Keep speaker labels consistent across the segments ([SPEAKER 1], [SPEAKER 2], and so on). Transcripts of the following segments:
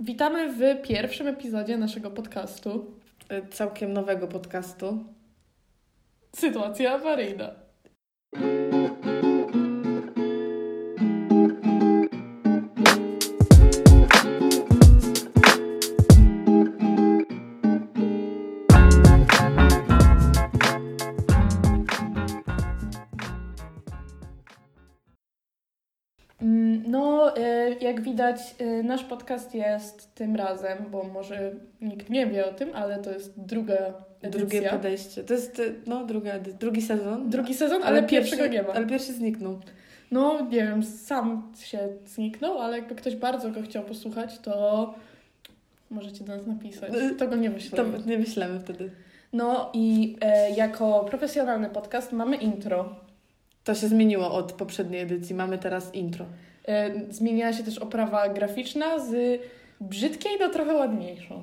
[SPEAKER 1] Witamy w pierwszym epizodzie naszego podcastu
[SPEAKER 2] Y, Całkiem nowego podcastu.
[SPEAKER 1] Sytuacja awaryjna. Mm, No, y, jak widać, y, nasz podcast jest tym razem, bo może nikt nie wie o tym, ale to jest druga edycja.
[SPEAKER 2] Drugie podejście. To jest, y, no, druga, edy- drugi sezon.
[SPEAKER 1] Drugi sezon, ale, pierwszego
[SPEAKER 2] pierwszy-
[SPEAKER 1] nie ma.
[SPEAKER 2] Ale pierwszy zniknął.
[SPEAKER 1] No, nie wiem, sam się zniknął, ale jakby ktoś bardzo go chciał posłuchać, to możecie do nas napisać. To go nie
[SPEAKER 2] Y,
[SPEAKER 1] myślę.
[SPEAKER 2] To nie myślemy wtedy.
[SPEAKER 1] No i e, jako profesjonalny podcast mamy intro.
[SPEAKER 2] To się zmieniło od poprzedniej edycji. Mamy teraz intro.
[SPEAKER 1] E, zmieniła się też oprawa graficzna z brzydkiej do trochę ładniejszą.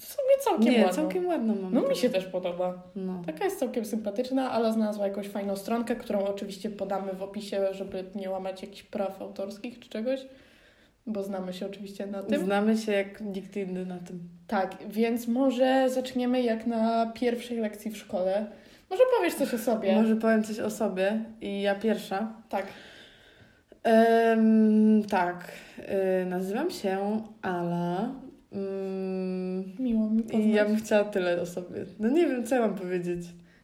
[SPEAKER 1] W sumie całkiem
[SPEAKER 2] nie,
[SPEAKER 1] ładną.
[SPEAKER 2] całkiem ładno mamy.
[SPEAKER 1] No mi się też podoba.
[SPEAKER 2] No.
[SPEAKER 1] Taka jest całkiem sympatyczna, ale znalazła jakąś fajną stronkę, którą oczywiście podamy w opisie, żeby nie łamać jakichś praw autorskich czy czegoś, bo znamy się oczywiście na tym.
[SPEAKER 2] Znamy się jak nikt inny na tym.
[SPEAKER 1] Tak, więc może zaczniemy jak na pierwszej lekcji w szkole. Może powiesz coś o sobie.
[SPEAKER 2] Może powiem coś o sobie i ja pierwsza.
[SPEAKER 1] Tak.
[SPEAKER 2] Em, tak, Y, nazywam się Ala. Mm,
[SPEAKER 1] Miło mi poznać.
[SPEAKER 2] I ja bym chciała tyle o sobie. No nie wiem, co ja mam powiedzieć.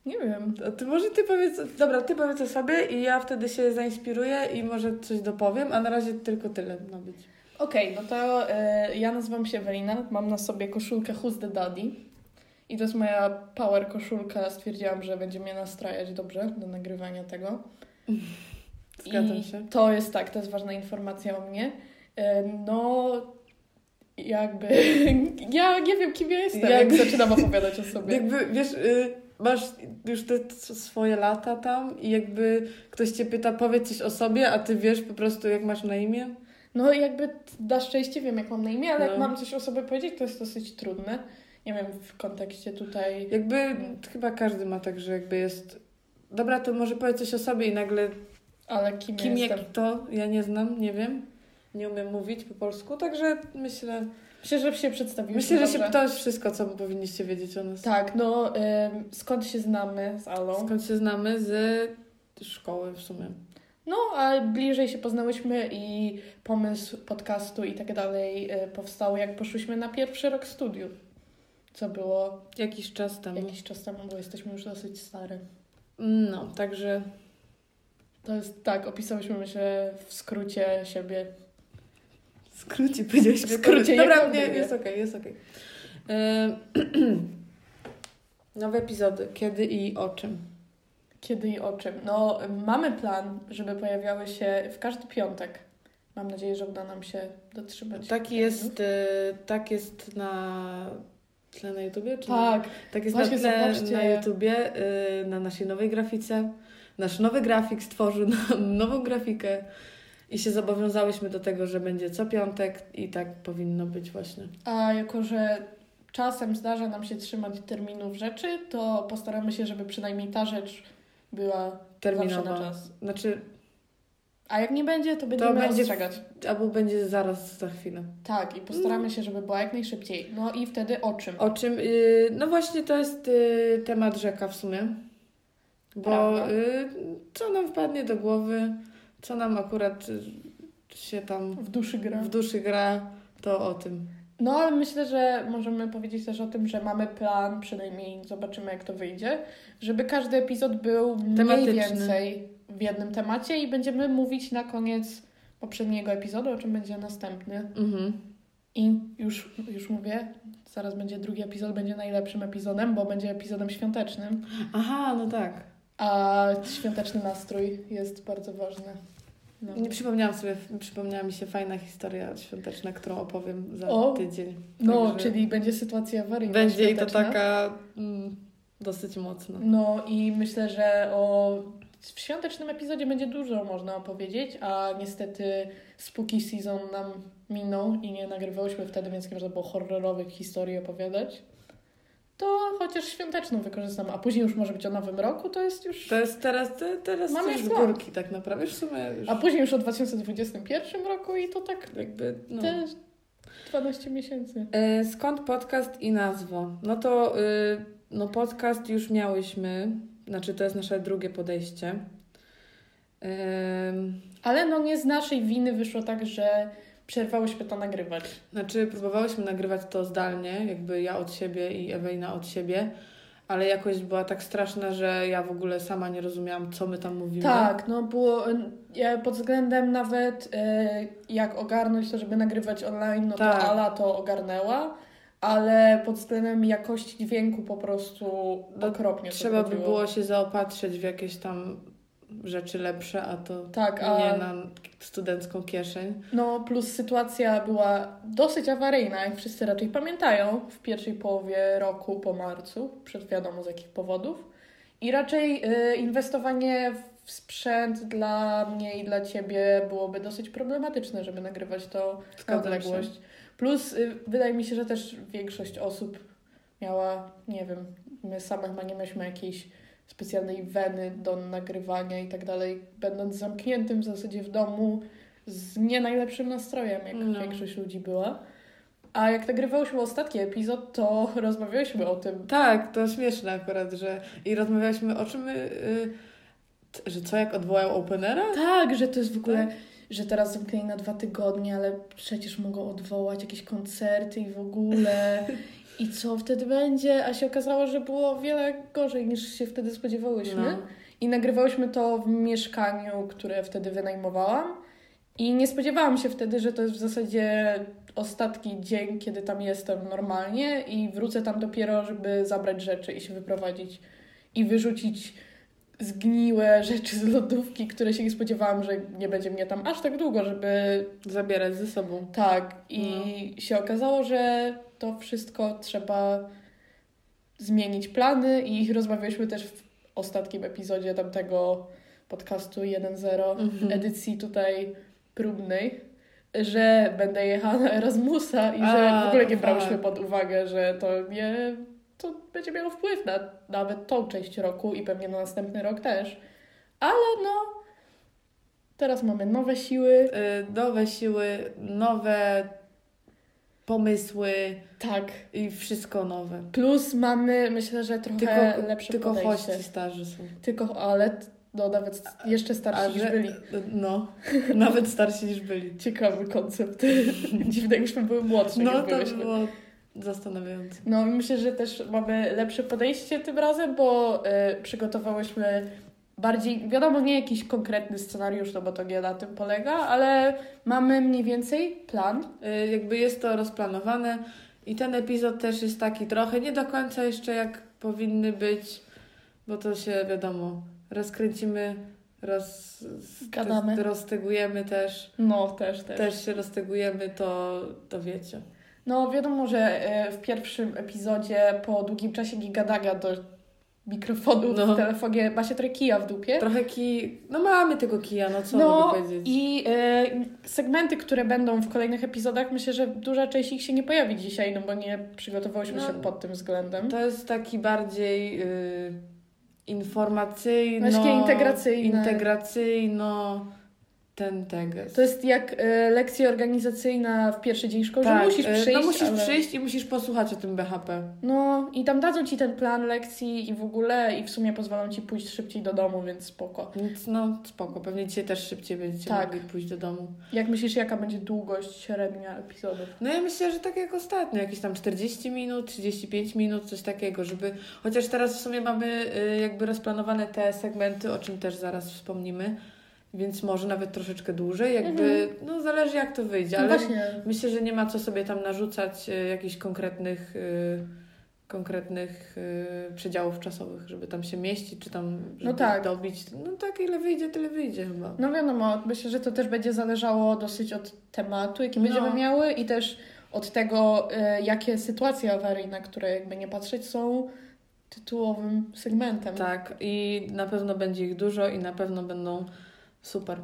[SPEAKER 1] Nie wiem.
[SPEAKER 2] A No, ty może ty powiedz, dobra, ty powiedz o sobie i ja wtedy się zainspiruję i może coś dopowiem, a na razie tylko tyle ma być.
[SPEAKER 1] Okej, no to e, ja nazywam się Ewelina, mam na sobie koszulkę Who's the Daddy. I to jest moja power koszulka. Stwierdziłam, że będzie mnie nastrajać dobrze do nagrywania tego.
[SPEAKER 2] Zgadzam
[SPEAKER 1] I
[SPEAKER 2] się.
[SPEAKER 1] To jest tak, to jest ważna informacja o mnie. E, No, jakby. Ja nie wiem, kim ja jestem, jak
[SPEAKER 2] Jak-
[SPEAKER 1] zaczynam opowiadać o sobie.
[SPEAKER 2] Jakby, wiesz, y, masz już te t- swoje lata tam i jakby ktoś cię pyta, powiedz coś o sobie, a ty wiesz po prostu, jak masz na imię.
[SPEAKER 1] No jakby t- na szczęście wiem, jak mam na imię, ale jak
[SPEAKER 2] No.
[SPEAKER 1] mam coś o sobie powiedzieć, to jest dosyć trudne. Nie wiem, w kontekście tutaj...
[SPEAKER 2] Jakby chyba każdy ma tak, że jakby jest, dobra, to może powiedz coś o sobie i nagle
[SPEAKER 1] Ale kim,
[SPEAKER 2] kim,
[SPEAKER 1] jestem?
[SPEAKER 2] jak to, ja nie znam, nie wiem. Nie umiem mówić po polsku, także myślę,
[SPEAKER 1] Myślę, że się przedstawiłeś.
[SPEAKER 2] Myślę, że się
[SPEAKER 1] dobrze.
[SPEAKER 2] pytałeś wszystko, co powinniście wiedzieć o nas.
[SPEAKER 1] Tak, no ym, skąd się znamy z Alą?
[SPEAKER 2] Skąd się znamy? Z szkoły w sumie.
[SPEAKER 1] No, a bliżej się poznałyśmy i pomysł podcastu i tak dalej y, powstał, jak poszłyśmy na pierwszy rok studiów. Co było
[SPEAKER 2] Jakiś czas temu.
[SPEAKER 1] jakiś czas temu, bo jesteśmy już dosyć stare.
[SPEAKER 2] No, także
[SPEAKER 1] To jest tak, opisałyśmy myślę w skrócie siebie.
[SPEAKER 2] w skrócie powiedziałeś.
[SPEAKER 1] W
[SPEAKER 2] jak
[SPEAKER 1] skrócie,
[SPEAKER 2] powie-
[SPEAKER 1] jak
[SPEAKER 2] Dobra,
[SPEAKER 1] on
[SPEAKER 2] nie,
[SPEAKER 1] wie.
[SPEAKER 2] jest okej, jest okej. Em, Nowe epizody. Kiedy i o czym?
[SPEAKER 1] Kiedy i o czym? No, mamy plan, żeby pojawiały się w każdy piątek. Mam nadzieję, że uda nam się dotrzymać.
[SPEAKER 2] Taki jest, e, tak jest na tle na YouTubie? Czy na-
[SPEAKER 1] Tak,
[SPEAKER 2] Tak jest
[SPEAKER 1] Właśnie
[SPEAKER 2] na tle
[SPEAKER 1] zobaczcie.
[SPEAKER 2] na YouTubie, y, na naszej nowej grafice. Nasz nowy grafik stworzył nam nową grafikę i się zobowiązałyśmy do tego, że będzie co piątek i tak powinno być właśnie.
[SPEAKER 1] a jako, że czasem zdarza nam się trzymać terminów rzeczy, to postaramy się, żeby przynajmniej ta rzecz była zawsze na
[SPEAKER 2] Terminowa.
[SPEAKER 1] czas.
[SPEAKER 2] Znaczy,
[SPEAKER 1] A jak nie będzie, to będziemy
[SPEAKER 2] będzie w-
[SPEAKER 1] rozstrzegać.
[SPEAKER 2] albo będzie zaraz za chwilę.
[SPEAKER 1] Tak, i postaramy się, żeby była jak najszybciej. No i wtedy o czym?
[SPEAKER 2] O czym, y, no właśnie to jest y, temat rzeka w sumie. Bo
[SPEAKER 1] Prawda.
[SPEAKER 2] y, co nam wpadnie do głowy, co nam akurat y, się tam
[SPEAKER 1] W duszy gra.
[SPEAKER 2] w duszy gra, to o tym.
[SPEAKER 1] No, ale myślę, że możemy powiedzieć też o tym, że mamy plan, przynajmniej zobaczymy, jak to wyjdzie, żeby każdy epizod był mniej
[SPEAKER 2] Tematyczny.
[SPEAKER 1] więcej w jednym temacie i będziemy mówić na koniec poprzedniego epizodu, o czym będzie następny.
[SPEAKER 2] Mhm.
[SPEAKER 1] I już, już mówię, zaraz będzie drugi epizod, będzie najlepszym epizodem, bo będzie epizodem świątecznym,
[SPEAKER 2] Aha, no tak.
[SPEAKER 1] a świąteczny nastrój jest bardzo ważny. No.
[SPEAKER 2] Nie przypomniałam sobie, przypomniała mi się fajna historia świąteczna, którą opowiem za
[SPEAKER 1] O!
[SPEAKER 2] tydzień.
[SPEAKER 1] No,
[SPEAKER 2] Także
[SPEAKER 1] czyli będzie sytuacja awaryjna.
[SPEAKER 2] Będzie i to
[SPEAKER 1] świąteczna.
[SPEAKER 2] taka mm, dosyć mocna.
[SPEAKER 1] No i myślę, że o w świątecznym epizodzie będzie dużo można opowiedzieć, a niestety spooky season nam minął i nie nagrywałyśmy wtedy, więc nie można było horrorowych historii opowiadać. To chociaż świąteczną wykorzystam, a później już może być o nowym roku, to jest już...
[SPEAKER 2] To jest teraz, te, teraz
[SPEAKER 1] Mamy
[SPEAKER 2] coś z
[SPEAKER 1] plan.
[SPEAKER 2] górki tak naprawdę. Już w sumie już
[SPEAKER 1] A później już o 2021 roku i to tak
[SPEAKER 2] jakby, no.
[SPEAKER 1] też 12 miesięcy.
[SPEAKER 2] E, Skąd podcast i nazwa? No to y, no podcast już miałyśmy, znaczy to jest nasze drugie podejście. Em,
[SPEAKER 1] Ale no nie z naszej winy wyszło tak, że przerwałyśmy to nagrywać.
[SPEAKER 2] Znaczy, próbowałyśmy nagrywać to zdalnie, jakby ja od siebie i Ewelina od siebie, ale jakość była tak straszna, że ja w ogóle sama nie rozumiałam, co my tam mówimy.
[SPEAKER 1] Tak, no było ja pod względem nawet e, jak ogarnąć to, żeby nagrywać online, no
[SPEAKER 2] Tak.
[SPEAKER 1] to Ala to ogarnęła, ale pod względem jakości dźwięku po prostu
[SPEAKER 2] No,
[SPEAKER 1] okropnie to
[SPEAKER 2] Trzeba by
[SPEAKER 1] wychodziło.
[SPEAKER 2] było się zaopatrzyć w jakieś tam rzeczy lepsze, a to
[SPEAKER 1] Tak, a
[SPEAKER 2] nie no, na studencką kieszeń.
[SPEAKER 1] no plus sytuacja była dosyć awaryjna, jak wszyscy raczej pamiętają, w pierwszej połowie roku po marcu, przed wiadomo z jakich powodów. I raczej y, inwestowanie w sprzęt dla mnie i dla ciebie byłoby dosyć problematyczne, żeby nagrywać to na
[SPEAKER 2] Zgadzam się.
[SPEAKER 1] odległość. Plus y, wydaje mi się, że też większość osób miała, nie wiem, my same chyba nie mieliśmy jakiejś specjalnej weny do nagrywania i tak dalej, będąc zamkniętym w zasadzie w domu z nie najlepszym nastrojem, jak
[SPEAKER 2] No.
[SPEAKER 1] większość ludzi była. A jak nagrywałyśmy ostatni epizod, to rozmawiałyśmy o tym.
[SPEAKER 2] Tak, to śmieszne akurat, że i rozmawialiśmy o czym my, y, t- że co jak odwołał Openera?
[SPEAKER 1] Tak, że to jest w ogóle, że teraz zamknęli na dwa tygodnie, ale przecież mogą odwołać jakieś koncerty i w ogóle. I co wtedy będzie? A się okazało, że było wiele gorzej niż się wtedy spodziewałyśmy.
[SPEAKER 2] No.
[SPEAKER 1] I nagrywałyśmy to w mieszkaniu, które wtedy wynajmowałam. I nie spodziewałam się wtedy, że to jest w zasadzie ostatni dzień, kiedy tam jestem normalnie i wrócę tam dopiero, żeby zabrać rzeczy i się wyprowadzić i wyrzucić zgniłe rzeczy z lodówki, które się nie spodziewałam, że nie będzie mnie tam aż tak długo, żeby
[SPEAKER 2] Zabierać ze sobą. No.
[SPEAKER 1] tak. I się okazało, że to wszystko trzeba zmienić plany i ich rozmawialiśmy też w ostatnim epizodzie tamtego podcastu 1.0
[SPEAKER 2] Mhm.
[SPEAKER 1] edycji tutaj próbnej, że będę jechała na Erasmusa i że
[SPEAKER 2] A,
[SPEAKER 1] w ogóle nie
[SPEAKER 2] tak.
[SPEAKER 1] brałyśmy pod uwagę, że to nie to będzie miało wpływ na nawet tą część roku i pewnie na następny rok też. Ale no teraz mamy nowe siły.
[SPEAKER 2] Y, nowe siły, nowe pomysły
[SPEAKER 1] Tak.
[SPEAKER 2] i wszystko nowe.
[SPEAKER 1] Plus mamy myślę, że trochę
[SPEAKER 2] Tylko,
[SPEAKER 1] lepsze
[SPEAKER 2] tylko
[SPEAKER 1] podejście.
[SPEAKER 2] chodźci starzy są.
[SPEAKER 1] Tylko ale t- no nawet s- jeszcze starsi niż
[SPEAKER 2] że-
[SPEAKER 1] byli.
[SPEAKER 2] No, nawet starsi niż byli.
[SPEAKER 1] Ciekawy koncept. Dziwne, jakbyśmy były młodsze
[SPEAKER 2] No
[SPEAKER 1] niż
[SPEAKER 2] to
[SPEAKER 1] byłyśmy.
[SPEAKER 2] było zastanawiające.
[SPEAKER 1] No myślę, że też mamy lepsze podejście tym razem, bo y, przygotowałyśmy bardziej, wiadomo, nie jakiś konkretny scenariusz, no bo to nie na tym polega, ale mamy mniej więcej plan.
[SPEAKER 2] Y, Jakby jest to rozplanowane i ten epizod też jest taki trochę nie do końca jeszcze jak powinny być, bo to się wiadomo, rozkręcimy, roz, z-
[SPEAKER 1] Gadamy.
[SPEAKER 2] rozstygujemy też.
[SPEAKER 1] No, też, też.
[SPEAKER 2] Też się rozstygujemy, to, to wiecie.
[SPEAKER 1] No wiadomo, że y, w pierwszym epizodzie po długim czasie gigadaga do mikrofonu
[SPEAKER 2] No.
[SPEAKER 1] w telefonie ma się trochę kija w dupie.
[SPEAKER 2] Trochę ki... No mamy tego kija, no co
[SPEAKER 1] No
[SPEAKER 2] mogę powiedzieć?
[SPEAKER 1] i y, segmenty, które będą w kolejnych epizodach, myślę, że duża część ich się nie pojawi dzisiaj, no bo nie przygotowałyśmy
[SPEAKER 2] No.
[SPEAKER 1] się pod tym względem.
[SPEAKER 2] To jest taki bardziej y, informacyjno...
[SPEAKER 1] Właśnie integracyjny.
[SPEAKER 2] Integracyjno... Ten teges.
[SPEAKER 1] To jest jak e, lekcja organizacyjna w pierwszy dzień szkoły, że musisz
[SPEAKER 2] y,
[SPEAKER 1] przyjść.
[SPEAKER 2] No musisz
[SPEAKER 1] ale...
[SPEAKER 2] przyjść i musisz posłuchać o tym BHP.
[SPEAKER 1] No i tam dadzą ci ten plan lekcji i w ogóle i w sumie pozwolą ci pójść szybciej do domu, więc spoko.
[SPEAKER 2] Więc no spoko, pewnie dzisiaj też szybciej będziecie
[SPEAKER 1] Tak.
[SPEAKER 2] mogli pójść do domu.
[SPEAKER 1] Jak myślisz, jaka będzie długość średnia epizodów?
[SPEAKER 2] No ja myślę, że tak jak ostatnio, jakieś tam 40 minut, 35 minut, coś takiego, żeby... Chociaż teraz w sumie mamy y, jakby rozplanowane te segmenty, o czym też zaraz wspomnimy, więc może nawet troszeczkę dłużej, jakby... No zależy jak to wyjdzie,
[SPEAKER 1] Mhm. No
[SPEAKER 2] ale
[SPEAKER 1] właśnie.
[SPEAKER 2] myślę, że nie ma co sobie tam narzucać y, jakichś konkretnych... Y, konkretnych y, przedziałów czasowych, żeby tam się mieścić, czy tam żeby
[SPEAKER 1] tak.
[SPEAKER 2] dobić. No tak, ile wyjdzie, tyle wyjdzie chyba.
[SPEAKER 1] No wiadomo, myślę, że to też będzie zależało dosyć od tematu, jaki
[SPEAKER 2] No.
[SPEAKER 1] będziemy miały i też od tego, e, jakie sytuacje awaryjne, które jakby nie patrzeć są tytułowym segmentem.
[SPEAKER 2] Tak, i na pewno będzie ich dużo i na pewno będą super.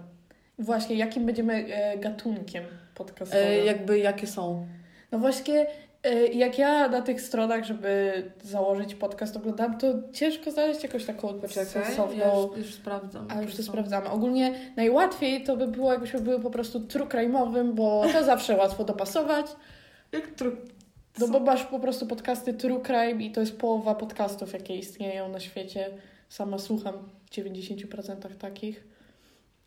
[SPEAKER 1] Właśnie, jakim będziemy e, gatunkiem podcastowym.
[SPEAKER 2] E, jakby jakie są.
[SPEAKER 1] No właśnie, e, jak ja na tych stronach, żeby założyć podcast oglądam, to ciężko znaleźć jakąś taką sensowną...
[SPEAKER 2] ja już, już sprawdzam.
[SPEAKER 1] no, A już to
[SPEAKER 2] są.
[SPEAKER 1] sprawdzamy. Ogólnie najłatwiej to by było, jakbyśmy były po prostu true crime'owym, bo to zawsze łatwo dopasować.
[SPEAKER 2] Jak tru...
[SPEAKER 1] No bo masz po prostu podcasty True Crime i to jest połowa podcastów, jakie istnieją na świecie. Sama słucham w 90% takich.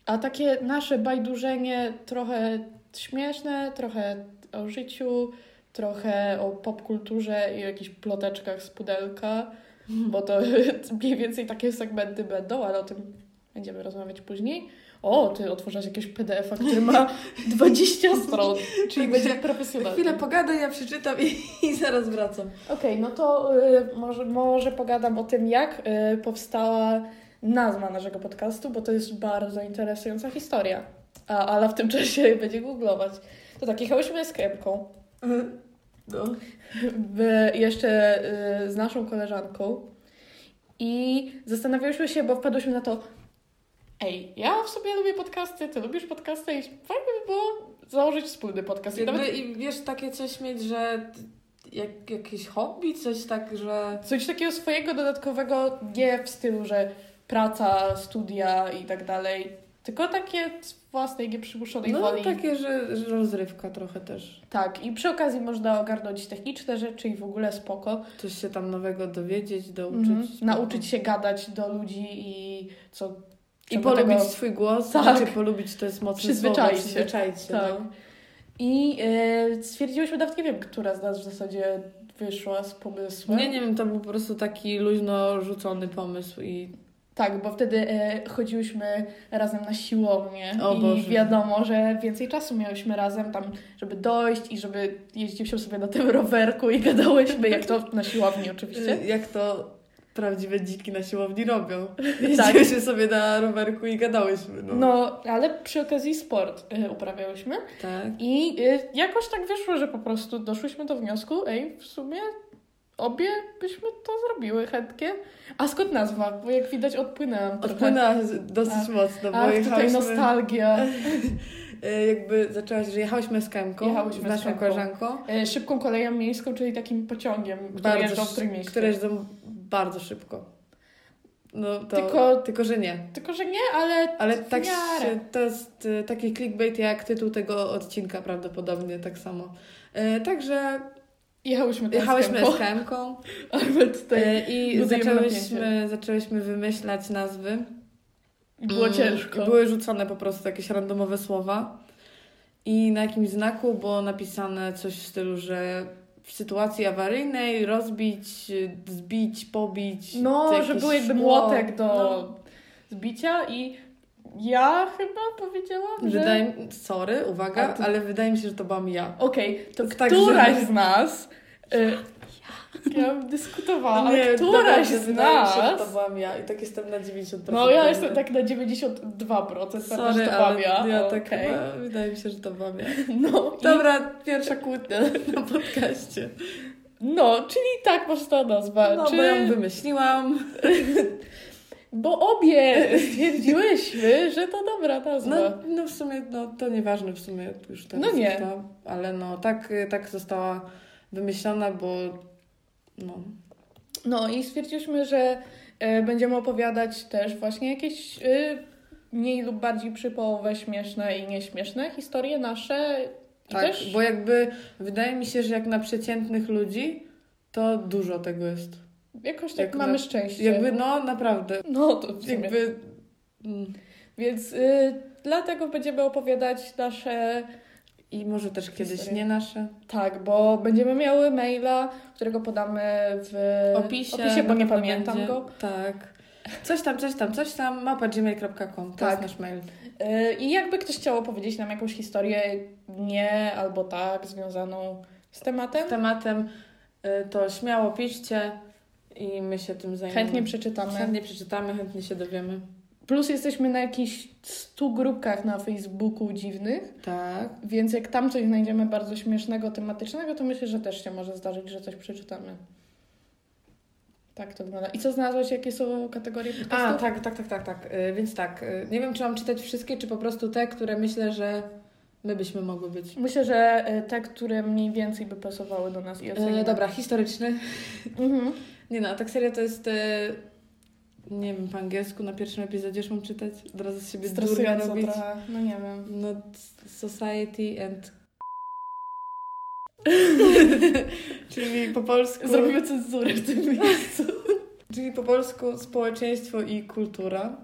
[SPEAKER 1] A takie nasze bajdurzenie trochę śmieszne, trochę o życiu, trochę o popkulturze i o jakichś ploteczkach z pudelka, bo to mniej więcej takie segmenty będą, ale o tym będziemy rozmawiać później. O, ty otworzyłaś jakiegoś PDF-a, który ma 20 stron, czyli będzie profesjonalny.
[SPEAKER 2] Chwilę pogadę, ja przeczytam i, i zaraz wracam.
[SPEAKER 1] Okej, no to y, może, może pogadam o tym, jak y, powstała nazwa naszego podcastu, bo to jest bardzo interesująca historia. A Ala w tym czasie będzie googlować. To tak, jechałyśmy z Kemką,
[SPEAKER 2] No.
[SPEAKER 1] w, jeszcze y, z naszą koleżanką i zastanawiałyśmy się, bo wpadłyśmy na to, ej, ja w sobie lubię podcasty, ty lubisz podcasty i fajnie by było założyć wspólny podcast. I nawet
[SPEAKER 2] Jakby, I wiesz, takie coś mieć, że t- jak, jakieś hobby, coś tak, że...
[SPEAKER 1] Coś takiego swojego dodatkowego, nie w stylu, że praca, studia i tak dalej, tylko takie z własnej, nieprzymuszonej
[SPEAKER 2] No
[SPEAKER 1] woli.
[SPEAKER 2] takie, że, że rozrywka trochę też.
[SPEAKER 1] Tak, i przy okazji można ogarnąć techniczne rzeczy i w ogóle spoko.
[SPEAKER 2] Coś się tam nowego dowiedzieć, douczyć.
[SPEAKER 1] Mhm. Nauczyć się gadać do ludzi i co...
[SPEAKER 2] I
[SPEAKER 1] czego
[SPEAKER 2] polubić
[SPEAKER 1] tego-
[SPEAKER 2] swój głos,
[SPEAKER 1] Tak.
[SPEAKER 2] tak. znaczy polubić to jest mocne
[SPEAKER 1] Przyzwyczaić się.
[SPEAKER 2] słowo, przyzwyczaić się.
[SPEAKER 1] Tak.
[SPEAKER 2] No.
[SPEAKER 1] I e, stwierdziłyśmy, nawet nie wiem, która z nas w zasadzie wyszła z pomysłem.
[SPEAKER 2] No Nie, nie wiem, to był po prostu taki luźno rzucony pomysł i
[SPEAKER 1] Tak, bo wtedy e, chodziłyśmy razem na siłownię
[SPEAKER 2] O
[SPEAKER 1] i
[SPEAKER 2] Boże.
[SPEAKER 1] wiadomo, że więcej czasu miałyśmy razem tam, żeby dojść i żeby jeździłyśmy sobie na tym rowerku i gadałyśmy, jak to na siłowni oczywiście.
[SPEAKER 2] y, jak to prawdziwe dziki na siłowni robią. Jeździłyśmy sobie na rowerku i gadałyśmy. No.
[SPEAKER 1] Tak. No, ale przy okazji sport e, uprawiałyśmy
[SPEAKER 2] Tak.
[SPEAKER 1] i e, jakoś tak wyszło, że po prostu doszłyśmy do wniosku, ej, w sumie obie byśmy to zrobiły chętnie. A skąd nazwa? Bo jak widać odpłynęłam trochę. Tak.
[SPEAKER 2] Odpłynęła dosyć mocno, bo
[SPEAKER 1] Ach, tutaj
[SPEAKER 2] jechałyśmy...
[SPEAKER 1] nostalgia.
[SPEAKER 2] E, jakby zaczęłaś, że jechałyśmy z Kemką,
[SPEAKER 1] Jechałyśmy z
[SPEAKER 2] z naszą
[SPEAKER 1] Kemką.
[SPEAKER 2] koleżanką.
[SPEAKER 1] E, szybką koleją miejską, czyli takim pociągiem, który jeżdżą w
[SPEAKER 2] Bardzo,
[SPEAKER 1] którym
[SPEAKER 2] szy-
[SPEAKER 1] mieście.
[SPEAKER 2] które jeżdżą bardzo szybko. No to,
[SPEAKER 1] Tylko-
[SPEAKER 2] tylko, tylko, że nie.
[SPEAKER 1] Tylko, że nie, ale,
[SPEAKER 2] Ale
[SPEAKER 1] w
[SPEAKER 2] tak
[SPEAKER 1] miarę.
[SPEAKER 2] się, to jest e, taki clickbait jak tytuł tego odcinka prawdopodobnie, tak samo. E, także
[SPEAKER 1] Jechałyśmy teraz
[SPEAKER 2] jechałyśmy
[SPEAKER 1] tempo.
[SPEAKER 2] z Kemką
[SPEAKER 1] Ale tutaj
[SPEAKER 2] e, i
[SPEAKER 1] budujemy
[SPEAKER 2] zaczęłyśmy, zaczęłyśmy wymyślać nazwy.
[SPEAKER 1] było
[SPEAKER 2] Mm,
[SPEAKER 1] ciężko.
[SPEAKER 2] i Były rzucone po prostu jakieś randomowe słowa. I na jakimś znaku było napisane coś w stylu, że w sytuacji awaryjnej rozbić, y, zbić, pobić. to
[SPEAKER 1] No, że
[SPEAKER 2] jakieś
[SPEAKER 1] był jakby
[SPEAKER 2] szkło.
[SPEAKER 1] młotek do No. zbicia i ja chyba powiedziałam, że...
[SPEAKER 2] No, Wydaje mi... Sorry,
[SPEAKER 1] A
[SPEAKER 2] uwaga,
[SPEAKER 1] ty-
[SPEAKER 2] ale wydaje mi się, że to byłam ja.
[SPEAKER 1] Okej, to
[SPEAKER 2] Tak,
[SPEAKER 1] któraś
[SPEAKER 2] że-
[SPEAKER 1] z nas... Y... Ja bym dyskutowała, ale
[SPEAKER 2] dobra,
[SPEAKER 1] któraś
[SPEAKER 2] że
[SPEAKER 1] z
[SPEAKER 2] wydaje mi
[SPEAKER 1] nas...
[SPEAKER 2] się, że to byłam ja i tak jestem na 90%.
[SPEAKER 1] No ja jestem tak na 92%,
[SPEAKER 2] Sorry,
[SPEAKER 1] że to
[SPEAKER 2] ale
[SPEAKER 1] babia.
[SPEAKER 2] ja tak
[SPEAKER 1] Okej.
[SPEAKER 2] chyba- wydaje mi się, że to byłam ja.
[SPEAKER 1] No i
[SPEAKER 2] Dobra, pierwsza kłótnia na podcaście.
[SPEAKER 1] No, czyli tak powstała nazwa.
[SPEAKER 2] No,
[SPEAKER 1] Czy...
[SPEAKER 2] bo
[SPEAKER 1] Bo,
[SPEAKER 2] ją wymyśliłam.
[SPEAKER 1] obie stwierdziłyśmy, że to dobra nazwa.
[SPEAKER 2] No, no w sumie no, to nieważne w sumie już teraz.
[SPEAKER 1] No nie.
[SPEAKER 2] To, ale no tak, y, tak została wymyślona, bo no.
[SPEAKER 1] No i stwierdziłyśmy, że e, będziemy opowiadać też właśnie jakieś e, mniej lub bardziej przypołowe śmieszne i nieśmieszne historie nasze. I
[SPEAKER 2] Tak,
[SPEAKER 1] też...
[SPEAKER 2] bo jakby wydaje mi się, że jak na przeciętnych ludzi, to dużo tego jest.
[SPEAKER 1] Jakoś tak
[SPEAKER 2] jak
[SPEAKER 1] mamy
[SPEAKER 2] na-
[SPEAKER 1] szczęście.
[SPEAKER 2] Jakby no naprawdę.
[SPEAKER 1] No to w sumie.
[SPEAKER 2] Jakby mm,
[SPEAKER 1] Więc y, dlatego będziemy opowiadać nasze
[SPEAKER 2] i może też kiedyś
[SPEAKER 1] Historia.
[SPEAKER 2] nie nasze.
[SPEAKER 1] Tak, bo będziemy miały maila, którego podamy w
[SPEAKER 2] Opisie,
[SPEAKER 1] bo nie
[SPEAKER 2] na pewno
[SPEAKER 1] pamiętam
[SPEAKER 2] będzie.
[SPEAKER 1] go.
[SPEAKER 2] Tak. Coś tam, coś tam, coś tam, mapa gmail.com, to
[SPEAKER 1] Tak.
[SPEAKER 2] jest nasz mail.
[SPEAKER 1] Y, I jakby ktoś chciał opowiedzieć nam jakąś historię nie albo tak związaną z tematem,
[SPEAKER 2] Z tematem y, to śmiało piszcie i my się tym zajmiemy.
[SPEAKER 1] chętnie przeczytamy.
[SPEAKER 2] Chętnie przeczytamy, chętnie się dowiemy.
[SPEAKER 1] Plus jesteśmy na jakichś 100 grupkach na Facebooku dziwnych,
[SPEAKER 2] Tak.
[SPEAKER 1] więc jak tam coś znajdziemy bardzo śmiesznego, tematycznego, to myślę, że też się może zdarzyć, że coś przeczytamy. Tak to wygląda. I co znalazłeś? Jakie są kategorie podcastów?
[SPEAKER 2] A, tak, tak, tak, tak, tak. Y, Więc tak, y, nie wiem, czy mam czytać wszystkie, czy po prostu te, które myślę, że my byśmy mogły być.
[SPEAKER 1] Myślę, że y, te, które mniej więcej by pasowały do nas i ocenimy.
[SPEAKER 2] E, dobra, historyczny.
[SPEAKER 1] Mhm.
[SPEAKER 2] Nie no, a tak serio to jest. y, nie wiem, po angielsku na pierwszym epizodzie już mam czytać. Od razu z siebie durnia
[SPEAKER 1] Stresująco
[SPEAKER 2] robić.
[SPEAKER 1] trochę. No nie wiem.
[SPEAKER 2] No, Society and Czyli po polsku...
[SPEAKER 1] Zrobimy cenzurę w tym miejscu.
[SPEAKER 2] Czyli po polsku społeczeństwo i kultura.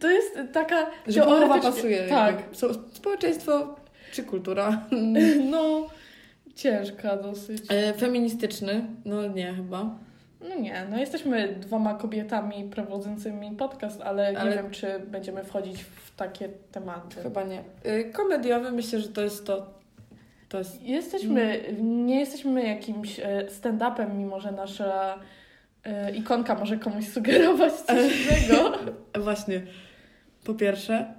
[SPEAKER 1] To jest taka
[SPEAKER 2] Że połowa
[SPEAKER 1] teoretycznie-
[SPEAKER 2] pasuje.
[SPEAKER 1] Tak,
[SPEAKER 2] jakby. So- Społeczeństwo czy kultura.
[SPEAKER 1] no ciężka dosyć.
[SPEAKER 2] E, Feministyczny. No nie, chyba.
[SPEAKER 1] No nie, no jesteśmy dwoma kobietami prowadzącymi podcast, ale nie
[SPEAKER 2] Ale-
[SPEAKER 1] wiem, czy będziemy wchodzić w takie tematy.
[SPEAKER 2] Chyba nie. E, Komediowy myślę, że to jest to... To jest...
[SPEAKER 1] Jesteśmy, nie jesteśmy jakimś e, stand-upem, mimo że nasza e, ikonka może komuś sugerować coś innego.
[SPEAKER 2] Właśnie. Po pierwsze,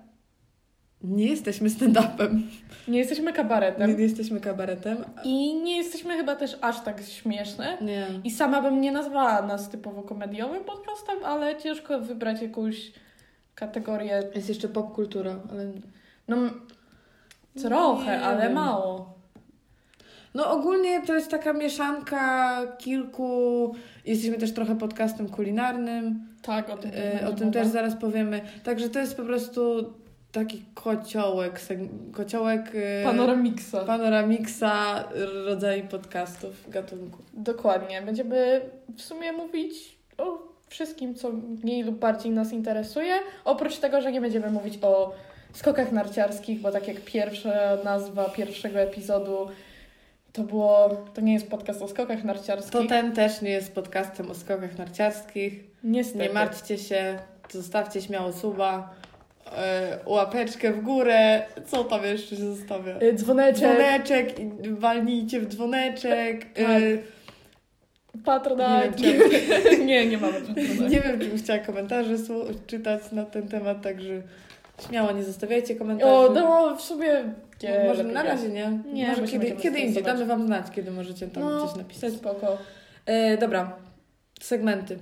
[SPEAKER 2] nie jesteśmy stand-upem.
[SPEAKER 1] Nie jesteśmy
[SPEAKER 2] Nie,
[SPEAKER 1] kabaretem
[SPEAKER 2] nie jesteśmy kabaretem.
[SPEAKER 1] i nie jesteśmy chyba też aż tak śmieszne.
[SPEAKER 2] Nie.
[SPEAKER 1] I sama bym nie nazwała nas typowo komediowym podcastem, ale ciężko wybrać jakąś kategorię.
[SPEAKER 2] Jest jeszcze popkultura, ale...
[SPEAKER 1] No, m- trochę,
[SPEAKER 2] Nie
[SPEAKER 1] ale
[SPEAKER 2] wiem.
[SPEAKER 1] mało.
[SPEAKER 2] No ogólnie to jest taka mieszanka kilku... Jesteśmy też trochę podcastem kulinarnym.
[SPEAKER 1] Tak, o tym, też
[SPEAKER 2] E,
[SPEAKER 1] będzie
[SPEAKER 2] O tym
[SPEAKER 1] mowa.
[SPEAKER 2] też zaraz powiemy. Także to jest po prostu taki kociołek, seg- kociołek e,
[SPEAKER 1] Panoramiksa.
[SPEAKER 2] panoramiksa rodzaju podcastów, gatunków.
[SPEAKER 1] Dokładnie. Będziemy w sumie mówić o wszystkim, co mniej lub bardziej nas interesuje. Oprócz tego, że nie będziemy mówić o skokach narciarskich, bo tak jak pierwsza nazwa pierwszego epizodu to było, to nie jest podcast o skokach
[SPEAKER 2] To
[SPEAKER 1] narciarskich.
[SPEAKER 2] ten też nie jest podcastem o skokach narciarskich.
[SPEAKER 1] Niestety.
[SPEAKER 2] Nie martwcie się, zostawcie śmiało suba, e, łapeczkę w górę, co tam jeszcze się zostawia?
[SPEAKER 1] Y, Dzwoneczek,
[SPEAKER 2] Dzwoneczek, i walnijcie w dzwoneczek.
[SPEAKER 1] Tak.
[SPEAKER 2] e,
[SPEAKER 1] patronaki.
[SPEAKER 2] Nie
[SPEAKER 1] nie, nie mamy patronaki.
[SPEAKER 2] Nie wiem, czy bym chciała komentarze słu- czytać na ten temat, także śmiało nie zostawiajcie komentarzy.
[SPEAKER 1] O, no w sumie nie,
[SPEAKER 2] No, Może
[SPEAKER 1] lepiej
[SPEAKER 2] na razie nie.
[SPEAKER 1] Nie,
[SPEAKER 2] Może
[SPEAKER 1] bo się
[SPEAKER 2] kiedy,
[SPEAKER 1] będziemy
[SPEAKER 2] kiedy indziej.
[SPEAKER 1] stresować.
[SPEAKER 2] Damy Wam znać, kiedy możecie tam
[SPEAKER 1] No.
[SPEAKER 2] coś napisać.
[SPEAKER 1] nie. Spoko.
[SPEAKER 2] E, dobra, segmenty.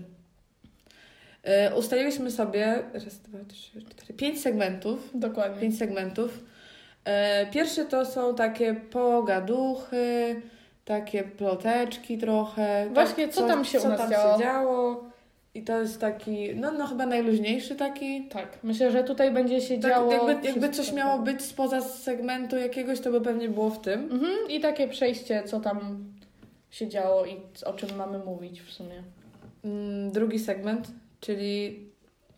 [SPEAKER 2] E, ustaliliśmy sobie raz, dwa, trzy, cztery, pięć segmentów.
[SPEAKER 1] Dokładnie.
[SPEAKER 2] Pięć segmentów. E, pierwsze to są takie pogaduchy, takie ploteczki trochę. tak,
[SPEAKER 1] Właśnie, co tam się u
[SPEAKER 2] co
[SPEAKER 1] nas
[SPEAKER 2] tam
[SPEAKER 1] działo?
[SPEAKER 2] Się działo. I to jest taki, no, no chyba najluźniejszy taki.
[SPEAKER 1] Tak, myślę, że tutaj będzie się
[SPEAKER 2] Tak,
[SPEAKER 1] działo.
[SPEAKER 2] jakby, jakby
[SPEAKER 1] wszystko.
[SPEAKER 2] coś miało być spoza segmentu jakiegoś, to by pewnie było w tym.
[SPEAKER 1] Mhm, i takie przejście, co tam się działo i c- o czym mamy mówić w sumie.
[SPEAKER 2] Mm, Drugi segment, czyli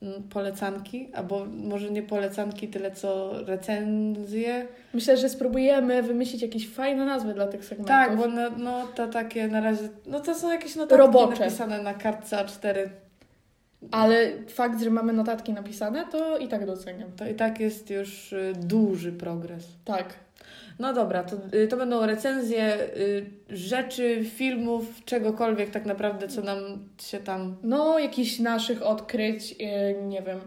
[SPEAKER 2] mm, polecanki, albo może nie polecanki tyle co recenzje.
[SPEAKER 1] Myślę, że spróbujemy wymyślić jakieś fajne nazwy dla tych segmentów.
[SPEAKER 2] Tak, bo no, no to takie na razie, no to są jakieś notatki
[SPEAKER 1] Robocze.
[SPEAKER 2] napisane na kartce A4.
[SPEAKER 1] Ale fakt, że mamy notatki napisane, to i tak doceniam.
[SPEAKER 2] To i tak jest już y, duży progres.
[SPEAKER 1] Tak.
[SPEAKER 2] No dobra, to, y, to będą recenzje y, rzeczy, filmów, czegokolwiek tak naprawdę, co nam się tam
[SPEAKER 1] No, jakichś naszych odkryć, yy, nie wiem,